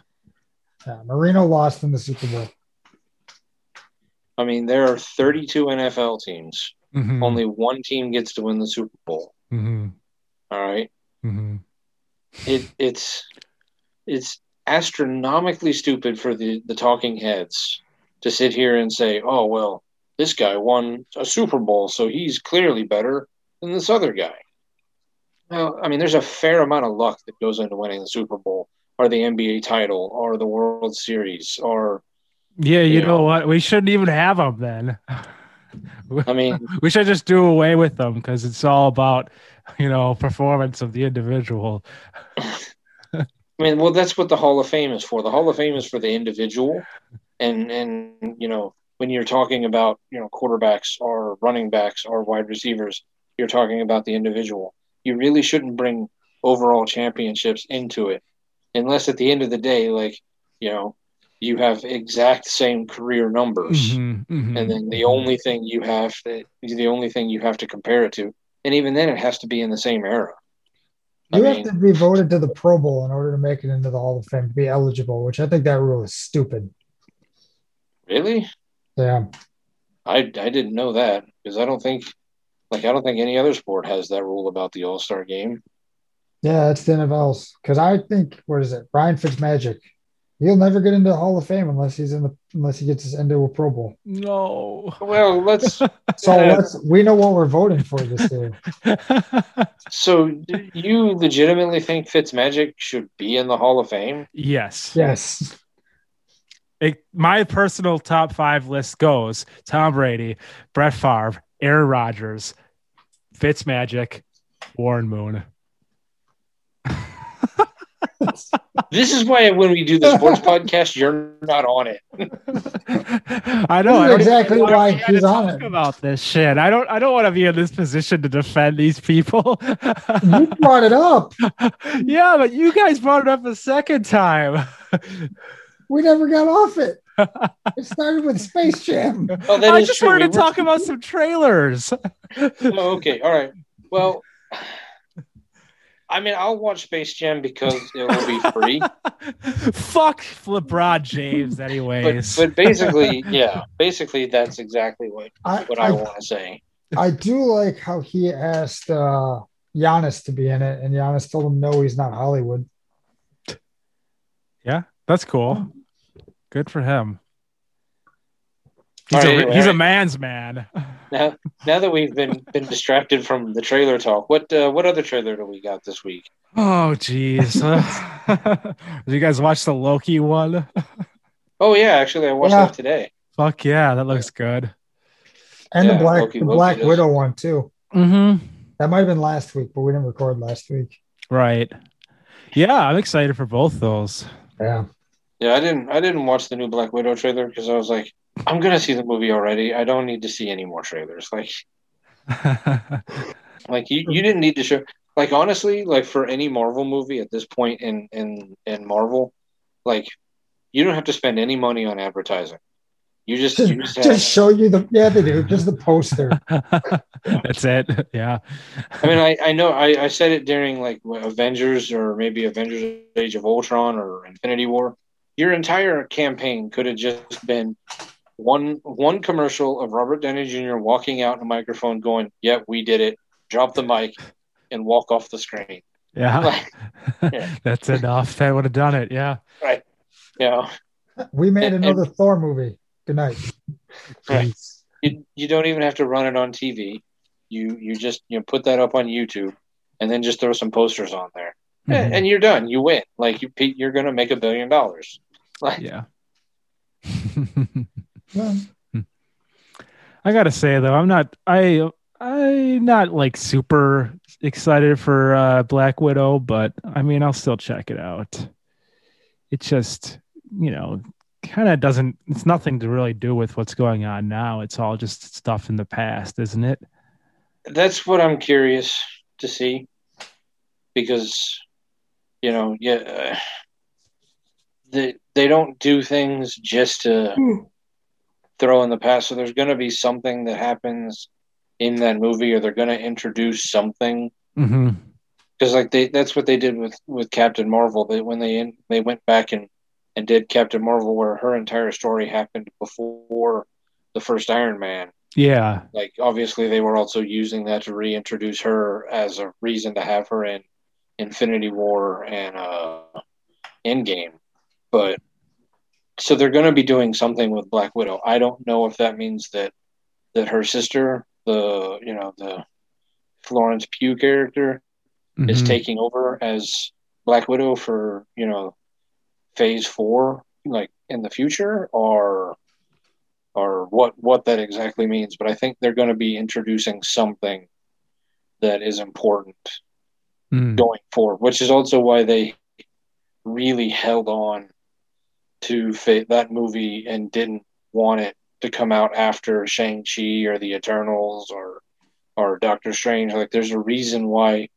Speaker 1: Yeah, Marino lost in the Super Bowl.
Speaker 3: I mean, there are 32 NFL teams.
Speaker 2: Mhm,
Speaker 3: Only one team gets to win the Super Bowl.
Speaker 2: mhm,
Speaker 3: All right,
Speaker 2: mhm.
Speaker 3: it, it's it's astronomically stupid for the the talking heads to sit here and say, "Oh well, this guy won a Super Bowl, so he's clearly better than this other guy." Well, I mean, there's a fair amount of luck that goes into winning the Super Bowl, or the NBA title, or the World Series, or
Speaker 2: Yeah, you
Speaker 3: Yeah.
Speaker 2: know what? We shouldn't even have them then.
Speaker 3: I mean,
Speaker 2: we should just do away with them because it's all about, you know, performance of the individual.
Speaker 3: I mean, well, that's what the Hall of Fame is for. The Hall of Fame is for the individual, and and you know when you're talking about you know quarterbacks or running backs or wide receivers, you're talking about the individual. You really shouldn't bring overall championships into it, unless at the end of the day, like you know, you have exact same career numbers,
Speaker 1: Mm-hmm.
Speaker 2: Mhm, mhm.
Speaker 3: and then the only thing you have that the only thing you have to compare it to, and even then, it has to be in the same era. I
Speaker 1: You
Speaker 3: mean-
Speaker 1: have to be voted to the Pro Bowl in order to make it into the Hall of Fame to be eligible, which I think that rule is stupid.
Speaker 3: Really?
Speaker 1: Yeah.
Speaker 3: I I didn't know that because I don't think Like I don't think any other sport has that rule about the All Star game.
Speaker 1: Yeah, that's the NFL's. Because I think what is it, Ryan Fitzmagic? He'll never get into the Hall of Fame unless he's in the unless he gets his into a Pro Bowl.
Speaker 2: No.
Speaker 3: Well, let's.
Speaker 1: So
Speaker 3: Yeah.
Speaker 1: let's we know what we're voting for this year.
Speaker 3: so do you legitimately think Fitzmagic should be in the Hall of Fame?
Speaker 2: yes.
Speaker 1: yes.
Speaker 2: It, my personal top five list goes Tom Brady, Brett Favre, Aaron Rodgers, Fitzmagic, Warren Moon.
Speaker 3: This is why when we do the sports podcast, you're not on it.
Speaker 2: I know I don't
Speaker 1: exactly
Speaker 2: even wanna
Speaker 1: why
Speaker 2: be on
Speaker 1: he's
Speaker 2: to
Speaker 1: on
Speaker 2: talk
Speaker 1: it.
Speaker 2: about this shit. I don't. I don't want to be in this position to defend these people.
Speaker 1: You brought it up.
Speaker 2: yeah, but you guys brought it up a second time.
Speaker 1: We never got off it. It started with Space Jam.
Speaker 3: Oh, that
Speaker 2: I
Speaker 3: is
Speaker 2: just
Speaker 3: true.
Speaker 2: wanted
Speaker 3: We
Speaker 2: to
Speaker 3: were-
Speaker 2: talk about some trailers.
Speaker 3: Oh, okay. All right. Well, I mean, I'll watch Space Jam because it will be free.
Speaker 2: Fuck LeBron James,
Speaker 3: but,
Speaker 2: anyways.
Speaker 3: but basically, yeah, basically that's exactly what
Speaker 1: I,
Speaker 3: what I,
Speaker 1: I,
Speaker 3: want to say.
Speaker 1: I do like how he asked uh, Giannis to be in it, and Giannis told him no, he's not Hollywood.
Speaker 2: That's cool. Good for him.
Speaker 3: All
Speaker 2: He's,
Speaker 3: right,
Speaker 2: a,
Speaker 3: anyway,
Speaker 2: he's
Speaker 3: all
Speaker 2: a
Speaker 3: right.
Speaker 2: man's man.
Speaker 3: Now, now that we've been been distracted from the trailer talk, what uh, what other trailer do we got this week?
Speaker 2: Oh, jeez. Did you guys watch the Loki one?
Speaker 3: Oh yeah, actually, I watched
Speaker 1: Yeah.
Speaker 3: that today.
Speaker 2: Fuck yeah, that looks good.
Speaker 1: And
Speaker 3: Yeah,
Speaker 1: the Black
Speaker 3: Loki-
Speaker 1: the
Speaker 3: Loki
Speaker 1: Black
Speaker 3: does.
Speaker 1: Widow one too.
Speaker 2: Mm-hmm.
Speaker 1: That might have been last week, but we didn't record last week.
Speaker 2: Right. Yeah, I'm excited for both those.
Speaker 1: Yeah.
Speaker 3: Yeah, I didn't I didn't watch the new Black Widow trailer because I was like, I'm gonna see the movie already. I don't need to see any more trailers. Like like you, you didn't need to show like honestly like for any marvel movie at this point in in in marvel like you don't have to spend any money on advertising you just
Speaker 1: Just,
Speaker 3: you just, have,
Speaker 1: just show you the yeah they do just the poster.
Speaker 2: That's it. Yeah.
Speaker 3: i mean i i know I, I said it during like avengers or maybe avengers age of ultron or infinity war your entire campaign could have just been one one commercial of robert downey jr walking out in a microphone going yep we did it drop the mic and walk off the screen
Speaker 2: Yeah.
Speaker 3: like Yeah.
Speaker 2: That's enough. That would have done it. Yeah.
Speaker 3: you know
Speaker 1: We made
Speaker 3: And-
Speaker 1: another Thor movie. Good night.
Speaker 3: Right.
Speaker 2: Jeez.
Speaker 3: you, you don't even have to run it on TV. You you just you know, put that up on YouTube, and then just throw some posters on there, A- and,
Speaker 2: Mhm.
Speaker 3: you're done. You win. Like you, Pete, you're gonna make a billion dollars. Like
Speaker 2: Yeah.
Speaker 1: Well,
Speaker 2: I gotta say though, I'm not I I'm not like super excited for uh Black Widow, but I mean I'll still check it out. It just, you know, kind of doesn't it's nothing to really do with what's going on now. It's all just stuff in the past, isn't it?
Speaker 3: that's what I'm curious to see, because you know, yeah, uh, they they don't do things just to throw in the past. So there's gonna be something that happens in that movie, or they're gonna introduce something
Speaker 2: Mm-hmm.
Speaker 3: because like they that's what they did with with Captain Marvel. They when they in, they went back and and did Captain Marvel, where her entire story happened before the first Iron Man.
Speaker 2: Yeah.
Speaker 3: Like obviously they were also using that to reintroduce her as a reason to have her in Infinity War and uh Endgame, but. So they're going to be doing something with Black Widow. I don't know if that means that that her sister, the you know the Florence Pugh character, is
Speaker 2: Mhm.
Speaker 3: taking over as Black Widow for you know Phase Four, like in the future, or or what what that exactly means. But I think they're going to be introducing something that is important
Speaker 2: Mm.
Speaker 3: going forward, which is also why they really held on to fa- that movie and didn't want it to come out after Shang Chi or the Eternals or or Doctor Strange. Like, there's a reason why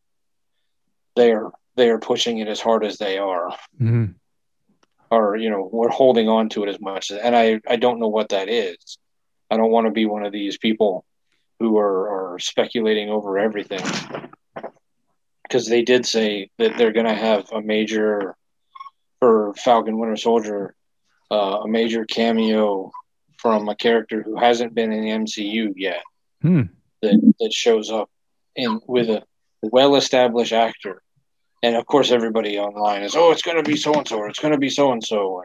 Speaker 3: they are they are pushing it as hard as they are,
Speaker 2: Mhm.
Speaker 3: or you know, we're holding on to it as much. And I I don't know what that is. I don't want to be one of these people who are, are speculating over everything because they did say that they're going to have a major for Falcon Winter Soldier, uh, a major cameo from a character who hasn't been in the MCU yet.
Speaker 2: Hmm.
Speaker 3: that that shows up in with a well-established actor, and of course everybody online is, oh, it's going to be so and so, or it's going to be so and so.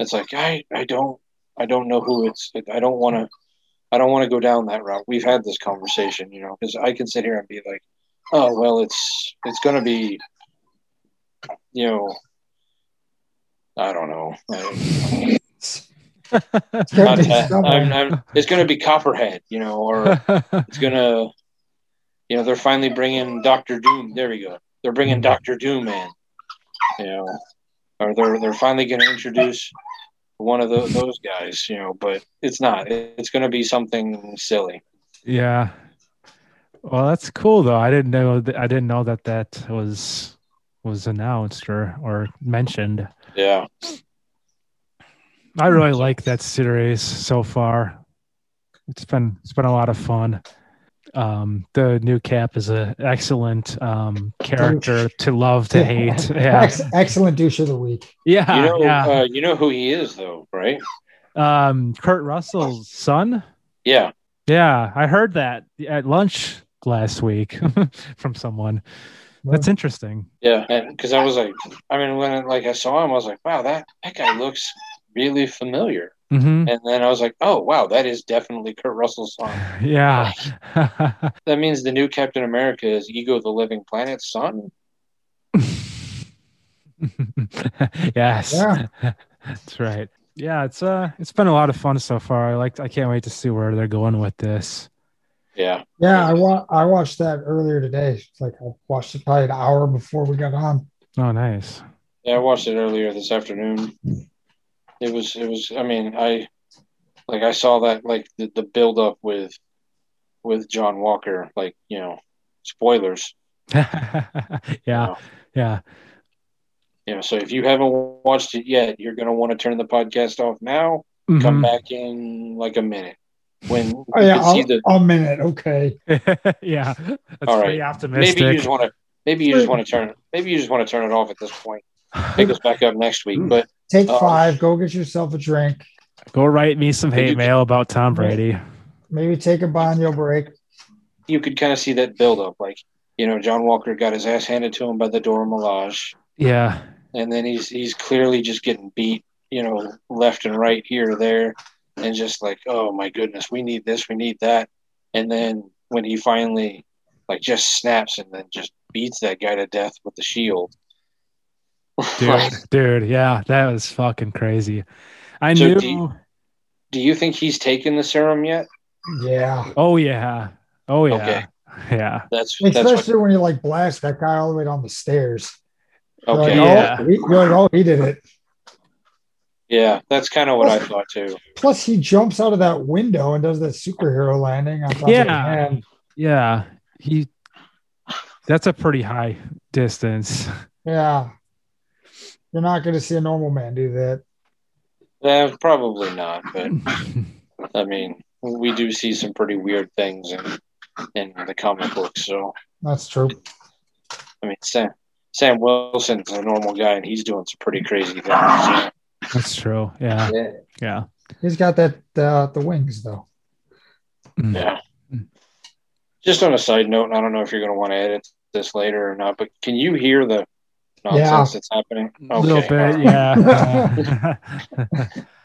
Speaker 3: It's like I I don't I don't know who it's I don't want to I don't want to go down that route. We've had this conversation, you know, because I can sit here and be like, oh well, it's it's going to be, you know, I don't know. I don't know.
Speaker 1: It's gonna be
Speaker 3: Not-
Speaker 1: summer.
Speaker 3: I'm- I'm- it's going to be Copperhead, you know, or it's going to, you know, they're finally bringing Doctor Doom. There we go. They're bringing Doctor Doom in, you know, or they're they're finally going to introduce one of tho- those guys, you know. But it's not. It's going to be something silly.
Speaker 2: yeah. Well, that's cool though. I didn't know that, I didn't know that that was was announced or or mentioned.
Speaker 3: Yeah.
Speaker 2: I really like that series so far. It's been it's been a lot of fun. Um, the new Cap is an excellent um, character to love to hate. Yeah,
Speaker 1: Ex- excellent douche of the week.
Speaker 2: yeah,
Speaker 3: You know.
Speaker 2: yeah.
Speaker 3: Uh, you know who he is, though, right?
Speaker 2: Um, Kurt Russell's son.
Speaker 3: Yeah.
Speaker 2: Yeah, I heard that at lunch last week from someone. That's interesting.
Speaker 3: Yeah, because I was like, I mean, when like I saw him, I was like, wow, that that guy looks really familiar.
Speaker 2: hmm
Speaker 3: And then I was like, oh, wow, that is definitely Kurt Russell's son.
Speaker 2: Yeah.
Speaker 3: That means the new Captain America is Ego the Living Planet's son?
Speaker 2: yes.
Speaker 1: Yeah.
Speaker 2: That's right. Yeah, it's uh it's been a lot of fun so far. I like I can't wait to see where they're going with this.
Speaker 3: Yeah.
Speaker 1: Yeah, I wa- I watched that earlier today. It's like I watched it probably an hour before we got on.
Speaker 2: Oh nice.
Speaker 3: Yeah, I watched it earlier this afternoon. It was, it was, I mean, I, like, I saw that, like, the, the build up with, with John Walker, like, you know, spoilers.
Speaker 2: yeah, yeah.
Speaker 3: You know, so if you haven't watched it yet, you're going to want to turn the podcast off now. Come
Speaker 2: Mhm.
Speaker 3: back in like a minute when you
Speaker 1: Oh, yeah,
Speaker 3: can see
Speaker 1: a,
Speaker 3: the,
Speaker 1: a minute. Okay.
Speaker 2: yeah. That's
Speaker 3: All maybe you
Speaker 2: pretty
Speaker 3: just
Speaker 2: optimistic.
Speaker 3: want to, maybe you just want to turn, maybe you just want to turn it off at this point. Pick us back up next week. But,
Speaker 1: Take
Speaker 3: Oh.
Speaker 1: five. Go get yourself a drink.
Speaker 2: Go write me some hate
Speaker 3: You-
Speaker 2: mail about Tom Brady.
Speaker 1: Maybe take a banyo break.
Speaker 3: you could kind of see that build up. Like, you know, John Walker got his ass handed to him by the Dora Milaje,
Speaker 2: Yeah.
Speaker 3: and then he's he's clearly just getting beat, you know, left and right here or there, and just like, oh my goodness, we need this, we need that, and then when he finally like just snaps and then just beats that guy to death with the shield.
Speaker 2: Dude, dude, yeah, that was fucking crazy. I
Speaker 3: So
Speaker 2: knew
Speaker 3: do you- Do you think he's taken the serum yet?
Speaker 1: Yeah.
Speaker 2: Oh yeah. Oh yeah.
Speaker 3: Okay.
Speaker 2: Yeah.
Speaker 3: That's that's
Speaker 1: Especially when you like blast that guy all the way down the stairs.
Speaker 3: what, okay.
Speaker 1: You're like,
Speaker 2: Yeah.
Speaker 1: oh, he, you're like, oh, he did it.
Speaker 3: yeah, that's kind of what I thought too.
Speaker 1: Plus, he jumps out of that window and does that superhero landing on top
Speaker 2: Yeah.
Speaker 1: of his hand.
Speaker 2: Yeah, he. That's a pretty high distance.
Speaker 1: Yeah. You're not going to see a normal man do that.
Speaker 3: Eh, probably not, but I mean, we do see some pretty weird things in in the comic books. So
Speaker 1: That's true.
Speaker 3: I mean, Sam Sam Wilson's a normal guy, and he's doing some pretty crazy things. So,
Speaker 2: That's true. Yeah,
Speaker 3: yeah.
Speaker 2: yeah.
Speaker 1: He's got that uh, the wings though.
Speaker 2: Mm. Hmm.
Speaker 3: Just on a side note, and I don't know if you're going to want to edit this later or not, but can you hear the nonsense that's happening?
Speaker 2: A little bit. Yeah.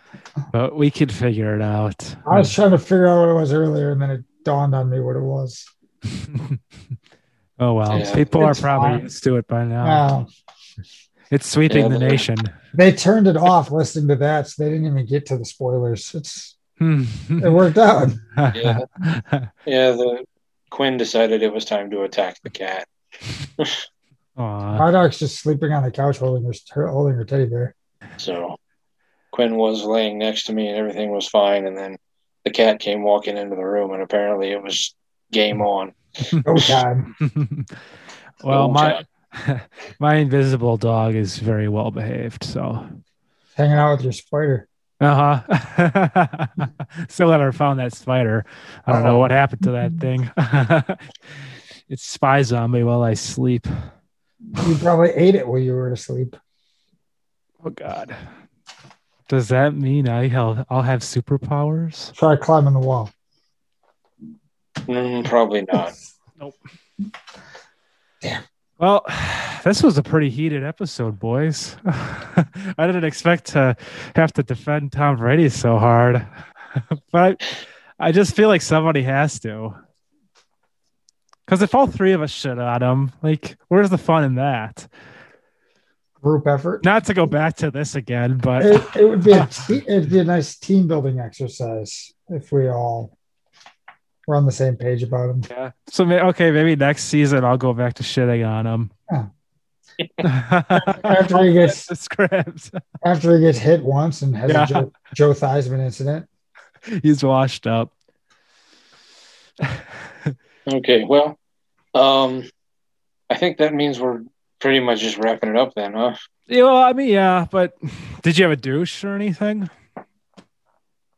Speaker 2: but we could figure it out.
Speaker 1: I was trying to figure out what it was earlier, and then it dawned on me what it was.
Speaker 2: oh well,
Speaker 3: Yeah.
Speaker 2: people are
Speaker 1: It's
Speaker 2: probably
Speaker 1: fine.
Speaker 2: used to it by now.
Speaker 1: Wow.
Speaker 2: It's sweeping
Speaker 3: Yeah,
Speaker 2: the
Speaker 3: but-
Speaker 2: nation.
Speaker 1: Um, They turned it off listening to that, so they didn't even get to the spoilers. It's it
Speaker 2: Hmm.
Speaker 1: worked out.
Speaker 3: Yeah. Yeah, the Quinn decided it was time to attack the cat.
Speaker 2: Aw.
Speaker 1: Hardog's just sleeping on the couch holding her, her holding her teddy bear.
Speaker 3: So Quinn was laying next to me and everything was fine. And then the cat came walking into the room and apparently it was game on.
Speaker 1: Go time.
Speaker 2: well,
Speaker 3: Go
Speaker 2: my my invisible dog is very well behaved, so
Speaker 1: Hanging out with your spider.
Speaker 2: Uh huh. Still haven't found that spider. I don't know
Speaker 1: Uh-oh.
Speaker 2: what happened to that thing. it spies on me while I sleep.
Speaker 1: You probably ate it while you were asleep.
Speaker 2: Oh God. Does that mean I have, I'll have superpowers?
Speaker 1: Try climbing the wall.
Speaker 3: Mm, probably not.
Speaker 2: Well, this was a pretty heated episode, boys. I didn't expect to have to defend Tom Brady so hard, but I, I just feel like somebody has to. Because if all three of us shit on him, like, where's the fun in that?
Speaker 1: Group effort.
Speaker 2: Not to go back to this again, but
Speaker 1: It, it would be a te- it'd be a nice team building exercise if we all were on the same page about him.
Speaker 2: yeah. So may- okay, maybe next season I'll go back to shitting on him.
Speaker 1: Yeah.
Speaker 2: After
Speaker 1: he gets-
Speaker 2: the script,
Speaker 1: After he gets hit once and has
Speaker 2: Yeah.
Speaker 1: a Joe, Joe Theismann incident,
Speaker 2: he's washed up.
Speaker 3: Okay, well, um, I think that means we're pretty much just wrapping it up then, huh?
Speaker 2: Yeah, well, I mean, yeah, but did you have a douche or anything?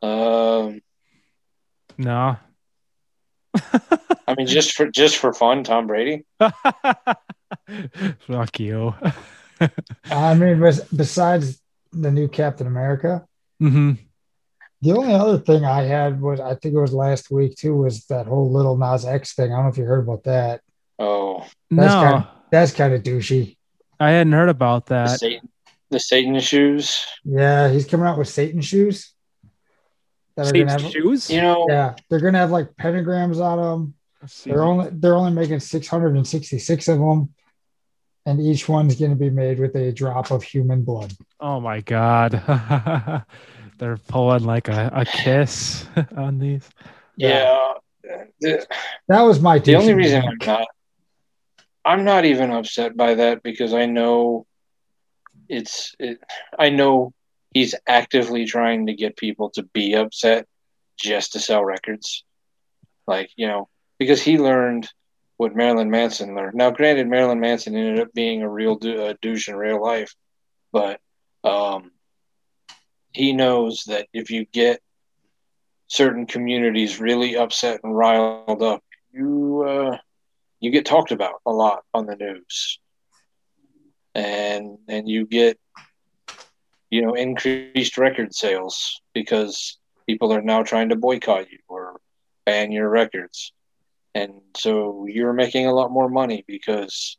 Speaker 3: Um,
Speaker 2: No.
Speaker 3: I mean, just for just for fun, Tom Brady.
Speaker 2: Fuck you.
Speaker 1: I mean, bes- besides the new Captain America,
Speaker 2: hmm
Speaker 1: the only other thing I had was I think it was last week too was that whole little Nas X thing. I don't know if you heard about that.
Speaker 3: Oh,
Speaker 2: No,
Speaker 1: kinda- That's kind of douchey.
Speaker 2: I hadn't heard about
Speaker 3: the
Speaker 2: that.
Speaker 3: Satan, the Satan shoes.
Speaker 1: Yeah, he's coming out with Satan shoes. That are gonna
Speaker 2: Satan's
Speaker 1: have,
Speaker 2: shoes?
Speaker 3: You know,
Speaker 1: yeah, they're gonna have like pentagrams on them. They're
Speaker 2: Mm-hmm.
Speaker 1: only they're only making 666 of them, and each one's going to be made with a drop of human blood.
Speaker 2: Oh my god. They're pulling like a, a kiss on these.
Speaker 3: yeah. The,
Speaker 1: That was my
Speaker 3: the only
Speaker 1: teaching.
Speaker 3: reason I'm not, I'm not even upset by that because I know it's, it, I know he's actively trying to get people to be upset just to sell records. Like, you know, because he learned what Marilyn Manson learned. Now, granted, Marilyn Manson ended up being a real dou- a douche in real life, but um, he knows that if you get certain communities really upset and riled up, you uh, you get talked about a lot on the news, and and you get you know increased record sales because people are now trying to boycott you or ban your records, and so you're making a lot more money because.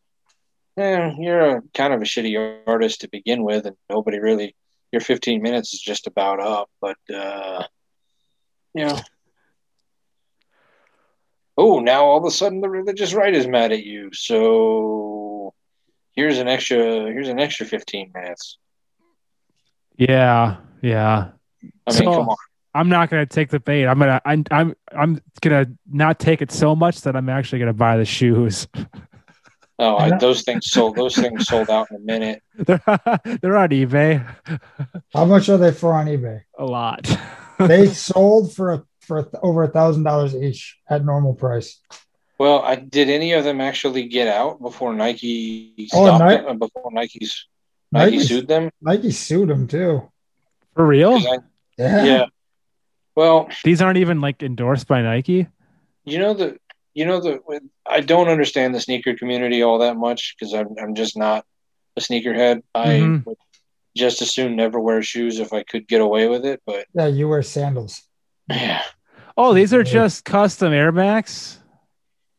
Speaker 3: eh, you're a kind of a shitty artist to begin with, and nobody really. Your 15 minutes is just about up, but uh, you know, oh, now all of a sudden the religious right is mad at you. So here's an extra here's an extra 15 minutes.
Speaker 2: Yeah. Yeah.
Speaker 3: I mean,
Speaker 2: So-
Speaker 3: come on.
Speaker 2: I'm not gonna take the bait. I'm gonna I'm I'm I'm gonna not take it so much that I'm actually gonna buy the shoes.
Speaker 3: Oh,
Speaker 1: And
Speaker 3: I,
Speaker 1: that-
Speaker 3: those things sold those things sold out in a minute.
Speaker 2: They're, they're on eBay
Speaker 1: How much are they for on eBay?
Speaker 2: a lot.
Speaker 1: They sold for a, for a- over a thousand dollars each at normal price.
Speaker 3: Well, I did any of them actually get out before Nike
Speaker 1: Oh,
Speaker 3: stopped
Speaker 1: Ni-
Speaker 3: them, before Nike's Nike,
Speaker 1: Nike, Oh.
Speaker 3: sued them?
Speaker 1: Nike sued them too.
Speaker 2: For real?
Speaker 3: 'Cause I-
Speaker 1: Yeah,
Speaker 3: yeah. Well,
Speaker 2: These aren't even like endorsed by Nike.
Speaker 3: You know the you know the I don't understand the sneaker community all that much because I'm I'm just not a sneakerhead. I
Speaker 1: Mm-hmm.
Speaker 2: Mhm.
Speaker 3: would just as soon never wear shoes if I could get away with it. But
Speaker 1: Yeah, You wear sandals.
Speaker 3: yeah,
Speaker 2: Oh, these are
Speaker 1: Yeah.
Speaker 2: just custom Air Max.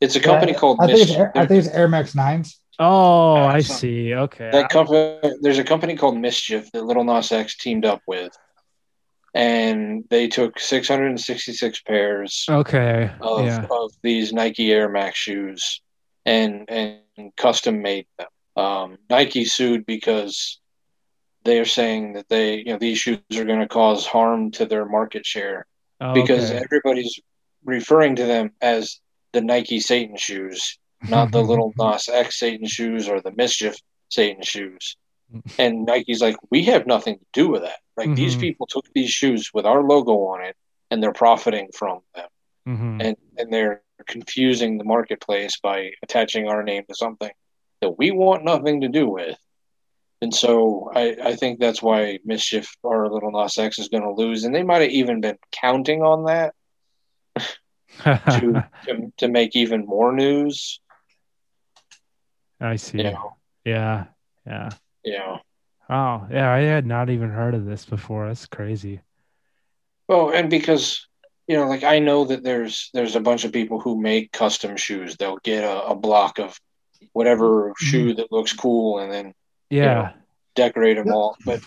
Speaker 3: it's a company
Speaker 1: Yeah,
Speaker 3: called
Speaker 1: I think, it's,
Speaker 3: Mis-
Speaker 1: Air- I think it's Air Max Nines.
Speaker 2: Oh,
Speaker 3: Yeah,
Speaker 2: I
Speaker 3: it's not-
Speaker 2: see. Okay.
Speaker 3: that company. There's a company called Mischief that Little Nas X teamed up with, and they took 666 pairs
Speaker 2: okay.
Speaker 3: of,
Speaker 2: yeah.
Speaker 3: of these Nike Air Max shoes and and custom made them. Um, Nike sued because they are saying that they you know these shoes are going to cause harm to their market share
Speaker 2: Oh,
Speaker 3: because
Speaker 2: okay.
Speaker 3: everybody's referring to them as the Nike Satan shoes, not the little Nas X Satan shoes or the Mischief Satan shoes.
Speaker 2: Mm.
Speaker 3: And Nike's like, we have nothing to do with that. Like these
Speaker 2: Mhm.
Speaker 3: people took these shoes with our logo on it, and they're profiting from them
Speaker 2: Mhm.
Speaker 3: and and they're confusing the marketplace by attaching our name to something that we want nothing to do with. And so I, I think that's why Mischief or Little Nas X is going to lose. And they might have even been counting on that to, to, to make even more news.
Speaker 2: I see.
Speaker 3: You
Speaker 2: Yeah.
Speaker 3: know,
Speaker 2: yeah.
Speaker 3: you know.
Speaker 2: Oh, yeah. I had not even heard of this before. That's crazy.
Speaker 3: Well, and because you know, like I know that there's there's a bunch of people who make custom shoes. They'll get a, a block of whatever shoe that looks cool and then
Speaker 2: Yeah.
Speaker 3: decorate them
Speaker 1: Yeah.
Speaker 3: all. But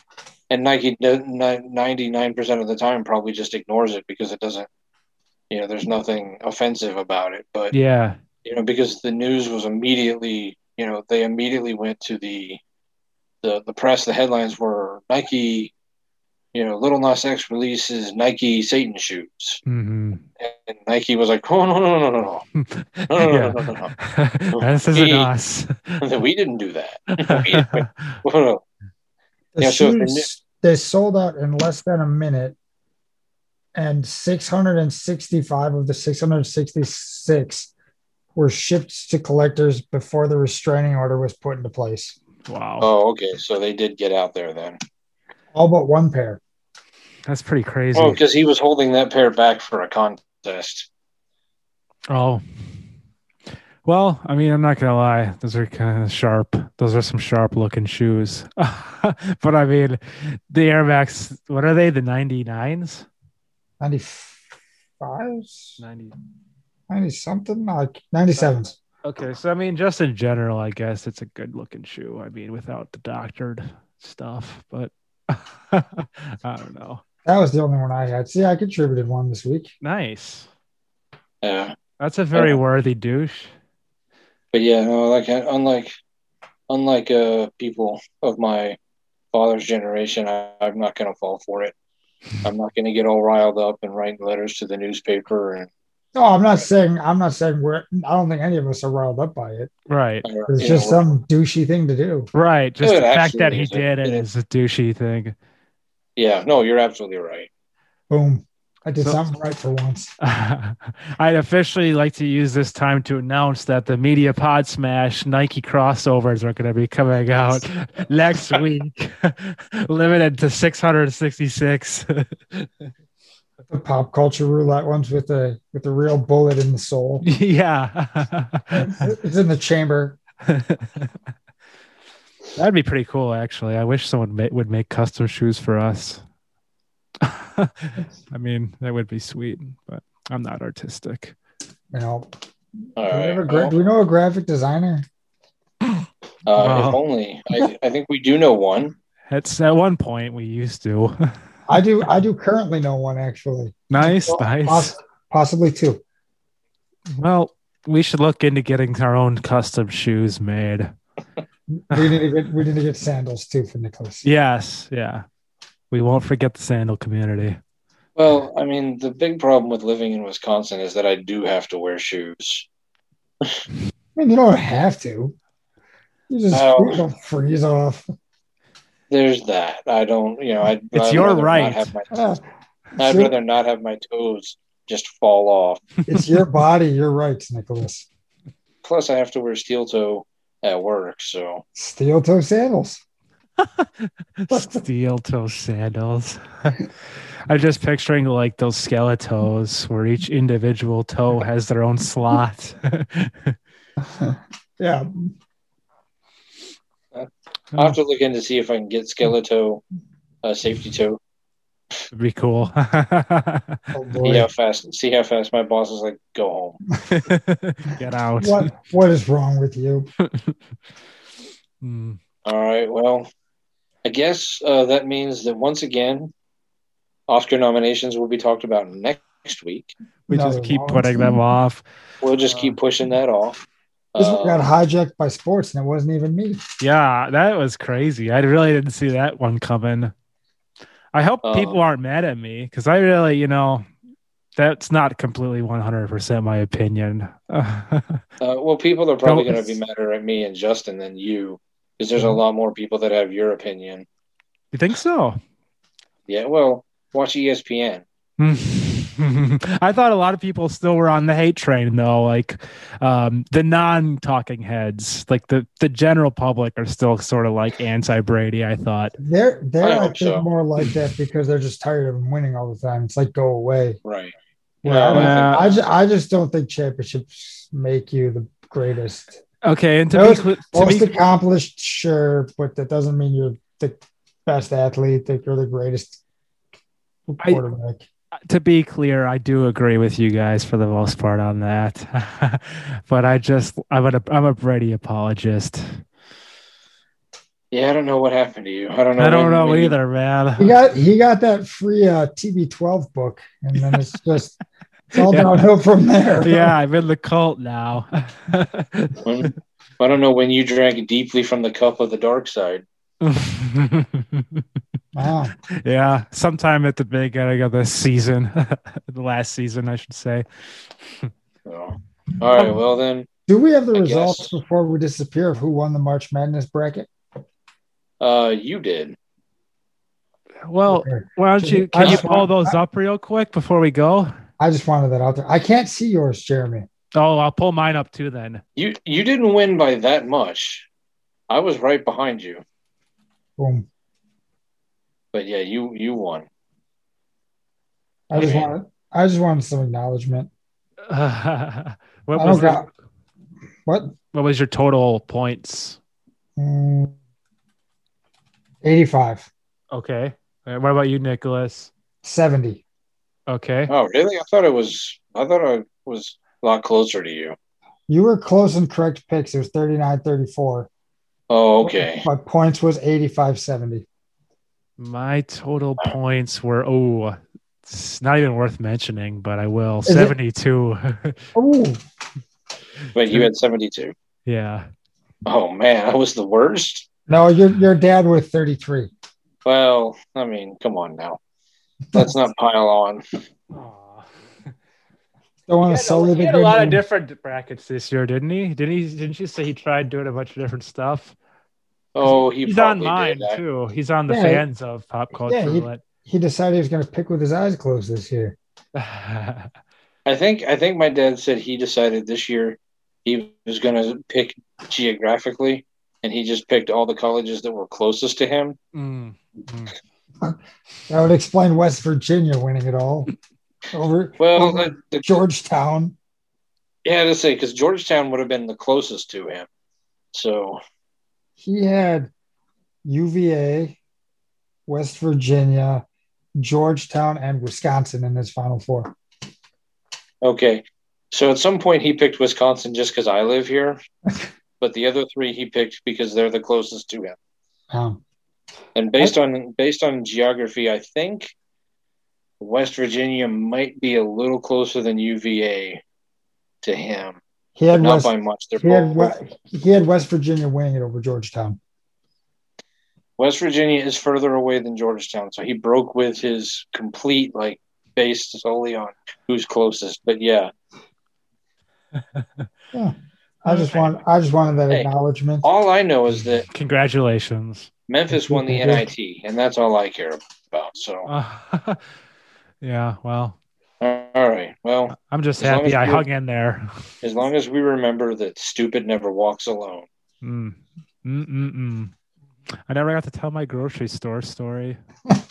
Speaker 3: and Nike ninety nine percent of the time probably just ignores it because it doesn't. You know, there's nothing offensive about it, but
Speaker 2: Yeah.
Speaker 3: you know, because the news was immediately, you know, they immediately went to the the the press. The headlines were Nike, you know, Little Nas X releases Nike Satan shoes,
Speaker 2: hmm
Speaker 3: and Nike was like, oh no no no no no no,
Speaker 2: yeah.
Speaker 3: no, no,
Speaker 2: this isn't
Speaker 3: He-
Speaker 2: us.
Speaker 3: no, we didn't do that. we didn't- no.
Speaker 1: The
Speaker 3: Yeah, so-
Speaker 1: shoes, they sold out in less than a minute, and 665 of the 666 were shipped to collectors before the restraining order was put into place.
Speaker 2: wow.
Speaker 3: Oh, okay, so they did get out there then.
Speaker 1: All but one pair.
Speaker 2: That's pretty crazy.
Speaker 3: Oh, because he was holding that pair back for a contest.
Speaker 2: Oh. Well, I mean, I'm not gonna lie. Those are kind of sharp. Those are some sharp looking shoes. but I mean, the Air Max. What are they? The 99s?
Speaker 1: 95s?
Speaker 2: 90.
Speaker 1: 90 something? Like 97s.
Speaker 2: Okay, so I mean, just in general, I guess it's a good looking shoe. I mean, without the doctored stuff, but I don't know.
Speaker 1: That was the only one I had. See, I contributed one this week.
Speaker 2: Nice.
Speaker 3: Yeah,
Speaker 2: That's a very
Speaker 3: Yeah.
Speaker 2: worthy douche.
Speaker 3: but yeah, no, like unlike unlike uh people of my father's generation, I, I'm not gonna fall for it. I'm not gonna get all riled up and write letters to the newspaper and
Speaker 1: No, I'm not saying I'm not saying we're I don't think any of us are riled up by it.
Speaker 2: Right.
Speaker 3: or,
Speaker 1: It's
Speaker 3: uh, you
Speaker 1: just
Speaker 3: know,
Speaker 1: some douchey thing to do.
Speaker 2: Right. Just
Speaker 3: It
Speaker 2: the fact that
Speaker 3: actually
Speaker 2: he
Speaker 3: is a-
Speaker 2: did it
Speaker 3: it
Speaker 2: is a douchey thing.
Speaker 3: yeah. No, you're absolutely right.
Speaker 1: Boom. I did
Speaker 2: So-
Speaker 1: something right for once.
Speaker 2: I'd officially like to use this time to announce that the Media Pod Smash Nike crossovers are going to be coming out next week, limited to 666.
Speaker 1: The pop culture roulette ones with the with the real bullet in the soul.
Speaker 2: yeah.
Speaker 1: it's in the chamber.
Speaker 2: That'd be pretty cool, actually. I wish someone ma- would make custom shoes for us. I mean, that would be sweet, but I'm not artistic.
Speaker 1: You know,
Speaker 3: All
Speaker 1: do, we
Speaker 3: right.
Speaker 1: have a gra-
Speaker 3: well,
Speaker 1: do we know a graphic designer?
Speaker 3: uh,
Speaker 2: Wow.
Speaker 3: If only I, I think we do know one.
Speaker 2: It's at one point we used to.
Speaker 1: I do. I do currently know one actually,
Speaker 2: nice,
Speaker 3: Well,
Speaker 2: nice.
Speaker 1: Poss- possibly two.
Speaker 2: Well, we should look into getting our own custom shoes made.
Speaker 1: We need to get we need to get sandals too for Nicholas.
Speaker 2: Yes, yeah. We won't forget the sandal community.
Speaker 3: Well, I mean, the big problem with living in Wisconsin is that I do have to wear shoes.
Speaker 1: I mean, you don't have to. You just
Speaker 3: Oh.
Speaker 1: you don't freeze off.
Speaker 3: There's that. I don't, you know, I'd,
Speaker 2: It's
Speaker 3: I'd
Speaker 2: your
Speaker 3: rather not
Speaker 2: right.
Speaker 3: have my-
Speaker 1: Yeah.
Speaker 3: I'd
Speaker 1: Sure.
Speaker 3: rather not have my toes just fall off.
Speaker 1: It's your body, your rights, Nicholas.
Speaker 3: Plus, I have to wear steel toe at work, so
Speaker 1: Steel toe sandals.
Speaker 2: Steel toe sandals. I'm just picturing like those skeletos where each individual toe has their own slot.
Speaker 1: Yeah. Hmm.
Speaker 3: I'll have to look in to see if I can get Skeleto uh, safety toe.
Speaker 2: It'd be cool.
Speaker 1: Oh boy.
Speaker 3: See how fast, see how fast my boss is like. Go home.
Speaker 2: Get out.
Speaker 1: What what is wrong with you?
Speaker 2: Mm.
Speaker 3: All right. Well, I guess uh, that means that once again, Oscar nominations will be talked about next week.
Speaker 2: We
Speaker 1: No,
Speaker 2: just
Speaker 1: they
Speaker 2: keep
Speaker 1: won't.
Speaker 2: putting them off.
Speaker 3: We'll just keep pushing that off.
Speaker 1: This
Speaker 3: Uh,
Speaker 1: one got hijacked by sports and it wasn't even me.
Speaker 2: Yeah, that was crazy. I really didn't see that one coming. I hope
Speaker 1: Uh-huh.
Speaker 3: Uh,
Speaker 2: people aren't mad at me because I really, you know, that's not completely 100% my opinion.
Speaker 3: Uh, well, people are probably
Speaker 2: Don't-
Speaker 3: going to be madder at me and Justin than you, because
Speaker 1: Mm-hmm.
Speaker 3: there's a lot more people that have your opinion.
Speaker 2: you think so?
Speaker 3: Yeah, well, watch E ESPN.
Speaker 2: I thought a lot of people still were on the hate train though, like um, the non-talking heads, like the the general public are still sort of like anti-Brady. I thought,
Speaker 1: They're
Speaker 3: I
Speaker 1: they're I,
Speaker 3: hope
Speaker 1: think
Speaker 3: so.
Speaker 1: more like that because they're just tired of him winning all the time. It's like go away.
Speaker 3: Right.
Speaker 1: Well,
Speaker 2: Yeah.
Speaker 1: I just I just don't think championships make you the greatest.
Speaker 2: okay, and to
Speaker 1: That
Speaker 2: be
Speaker 1: was-
Speaker 2: cl- to
Speaker 1: Most
Speaker 2: be
Speaker 1: accomplished, sure, but that doesn't mean you're the best athlete, that you're the greatest
Speaker 2: I-
Speaker 1: quarterback.
Speaker 2: to be clear, I do agree with you guys for the most part on that, but I just I'm a I'm a Brady apologist.
Speaker 3: Yeah, I don't know what happened to you. I don't know.
Speaker 2: I don't
Speaker 3: when-
Speaker 2: know
Speaker 3: when you-
Speaker 2: either,
Speaker 1: He
Speaker 2: man.
Speaker 1: got he got that free uh, TB12 book, and then it's just it's all
Speaker 2: Yeah.
Speaker 1: downhill from there.
Speaker 2: Yeah, I'm in the cult now.
Speaker 3: when- I don't know when you drank deeply from the cup of the dark side.
Speaker 1: Wow.
Speaker 2: yeah, sometime at the beginning of this season, the last season, I should say.
Speaker 3: So. All right, well then,
Speaker 1: Do we have the
Speaker 3: I
Speaker 1: results
Speaker 3: guess.
Speaker 1: before we disappear of who won the March Madness bracket?
Speaker 3: uh, you did.
Speaker 2: Well,
Speaker 1: Okay.
Speaker 2: why don't you can
Speaker 1: I
Speaker 2: you
Speaker 1: just
Speaker 2: pull
Speaker 1: want-
Speaker 2: those up real quick before we go?
Speaker 1: I just wanted that out there. I can't see yours, Jeremy.
Speaker 2: Oh, I'll pull mine up too then.
Speaker 3: You you didn't win by that much. I was right behind you,
Speaker 1: Boom.
Speaker 3: but yeah, you you won.
Speaker 1: I just
Speaker 3: Okay.
Speaker 1: wanted I just wanted some acknowledgement.
Speaker 2: what
Speaker 1: I
Speaker 2: was
Speaker 1: don't
Speaker 2: your-
Speaker 1: got what?
Speaker 2: what was your total points?
Speaker 1: Mm, 85.
Speaker 2: Okay. All right, What about you, Nicholas?
Speaker 1: 70.
Speaker 2: Okay.
Speaker 3: Oh, really? I thought it was. I thought I was a lot closer to you.
Speaker 1: You were close in correct picks. It was 39 34.
Speaker 3: Oh, okay.
Speaker 1: But points was 85 70.
Speaker 2: My total
Speaker 3: uh,
Speaker 2: points were oh, it's not even worth mentioning, but I will
Speaker 1: it-
Speaker 2: seventy-two.
Speaker 1: Oh,
Speaker 3: But you had seventy-two.
Speaker 2: yeah.
Speaker 3: Oh man, I was the worst.
Speaker 1: no, your, your dad with 33.
Speaker 3: Well, I mean, come on now. Let's not pile on.
Speaker 1: Don't want to sully
Speaker 2: he
Speaker 1: the
Speaker 2: had
Speaker 1: good
Speaker 2: a lot of
Speaker 1: name.
Speaker 2: different brackets this year, didn't he? Didn't he? Didn't you say he tried doing a bunch of different stuff?
Speaker 3: Oh, he
Speaker 2: He's on
Speaker 3: probably
Speaker 2: mine
Speaker 3: did. I-
Speaker 2: too. He's on the
Speaker 1: Yeah, he-
Speaker 2: fans of pop culture.
Speaker 1: yeah, he-
Speaker 2: Roulette.
Speaker 1: He decided he was going to pick with his eyes closed this year.
Speaker 3: I think I think my dad said he decided this year he was going to pick geographically, and he just picked all the colleges that were closest to him.
Speaker 2: Mm.
Speaker 1: That would explain West Virginia winning it all over
Speaker 3: Well, uh,
Speaker 1: over
Speaker 3: the- the-
Speaker 1: Georgetown.
Speaker 3: yeah, to say because Georgetown would have been the closest to him. So
Speaker 1: He had UVA, West Virginia, Georgetown, and Wisconsin in his final four.
Speaker 3: okay, so at some point he picked Wisconsin just because I live here, but the other three he picked because they're the closest to him.
Speaker 1: Um,
Speaker 3: And based on based on geography, I think West Virginia might be a little closer than UVA to him.
Speaker 1: he had
Speaker 3: Not
Speaker 1: West.
Speaker 3: by much. They're
Speaker 1: He had,
Speaker 3: both
Speaker 1: we- he had West Virginia winning it over Georgetown.
Speaker 3: West Virginia is further away than Georgetown, so he broke with his complete like based solely on who's closest. But yeah,
Speaker 1: I just
Speaker 2: Okay.
Speaker 1: want I just wanted that
Speaker 3: Hey.
Speaker 1: acknowledgement.
Speaker 3: all I know is that
Speaker 2: Congratulations.
Speaker 3: Memphis won the
Speaker 1: Yeah.
Speaker 3: NIT, and that's all I care about. So
Speaker 2: Uh, yeah. Well,
Speaker 3: all right, well,
Speaker 2: I'm just
Speaker 3: As long
Speaker 2: happy
Speaker 3: as
Speaker 2: I
Speaker 3: you're-
Speaker 2: hung in there.
Speaker 3: as long as we remember that stupid never walks alone.
Speaker 2: Mm. Mm-mm-mm. I never got to tell my grocery store story.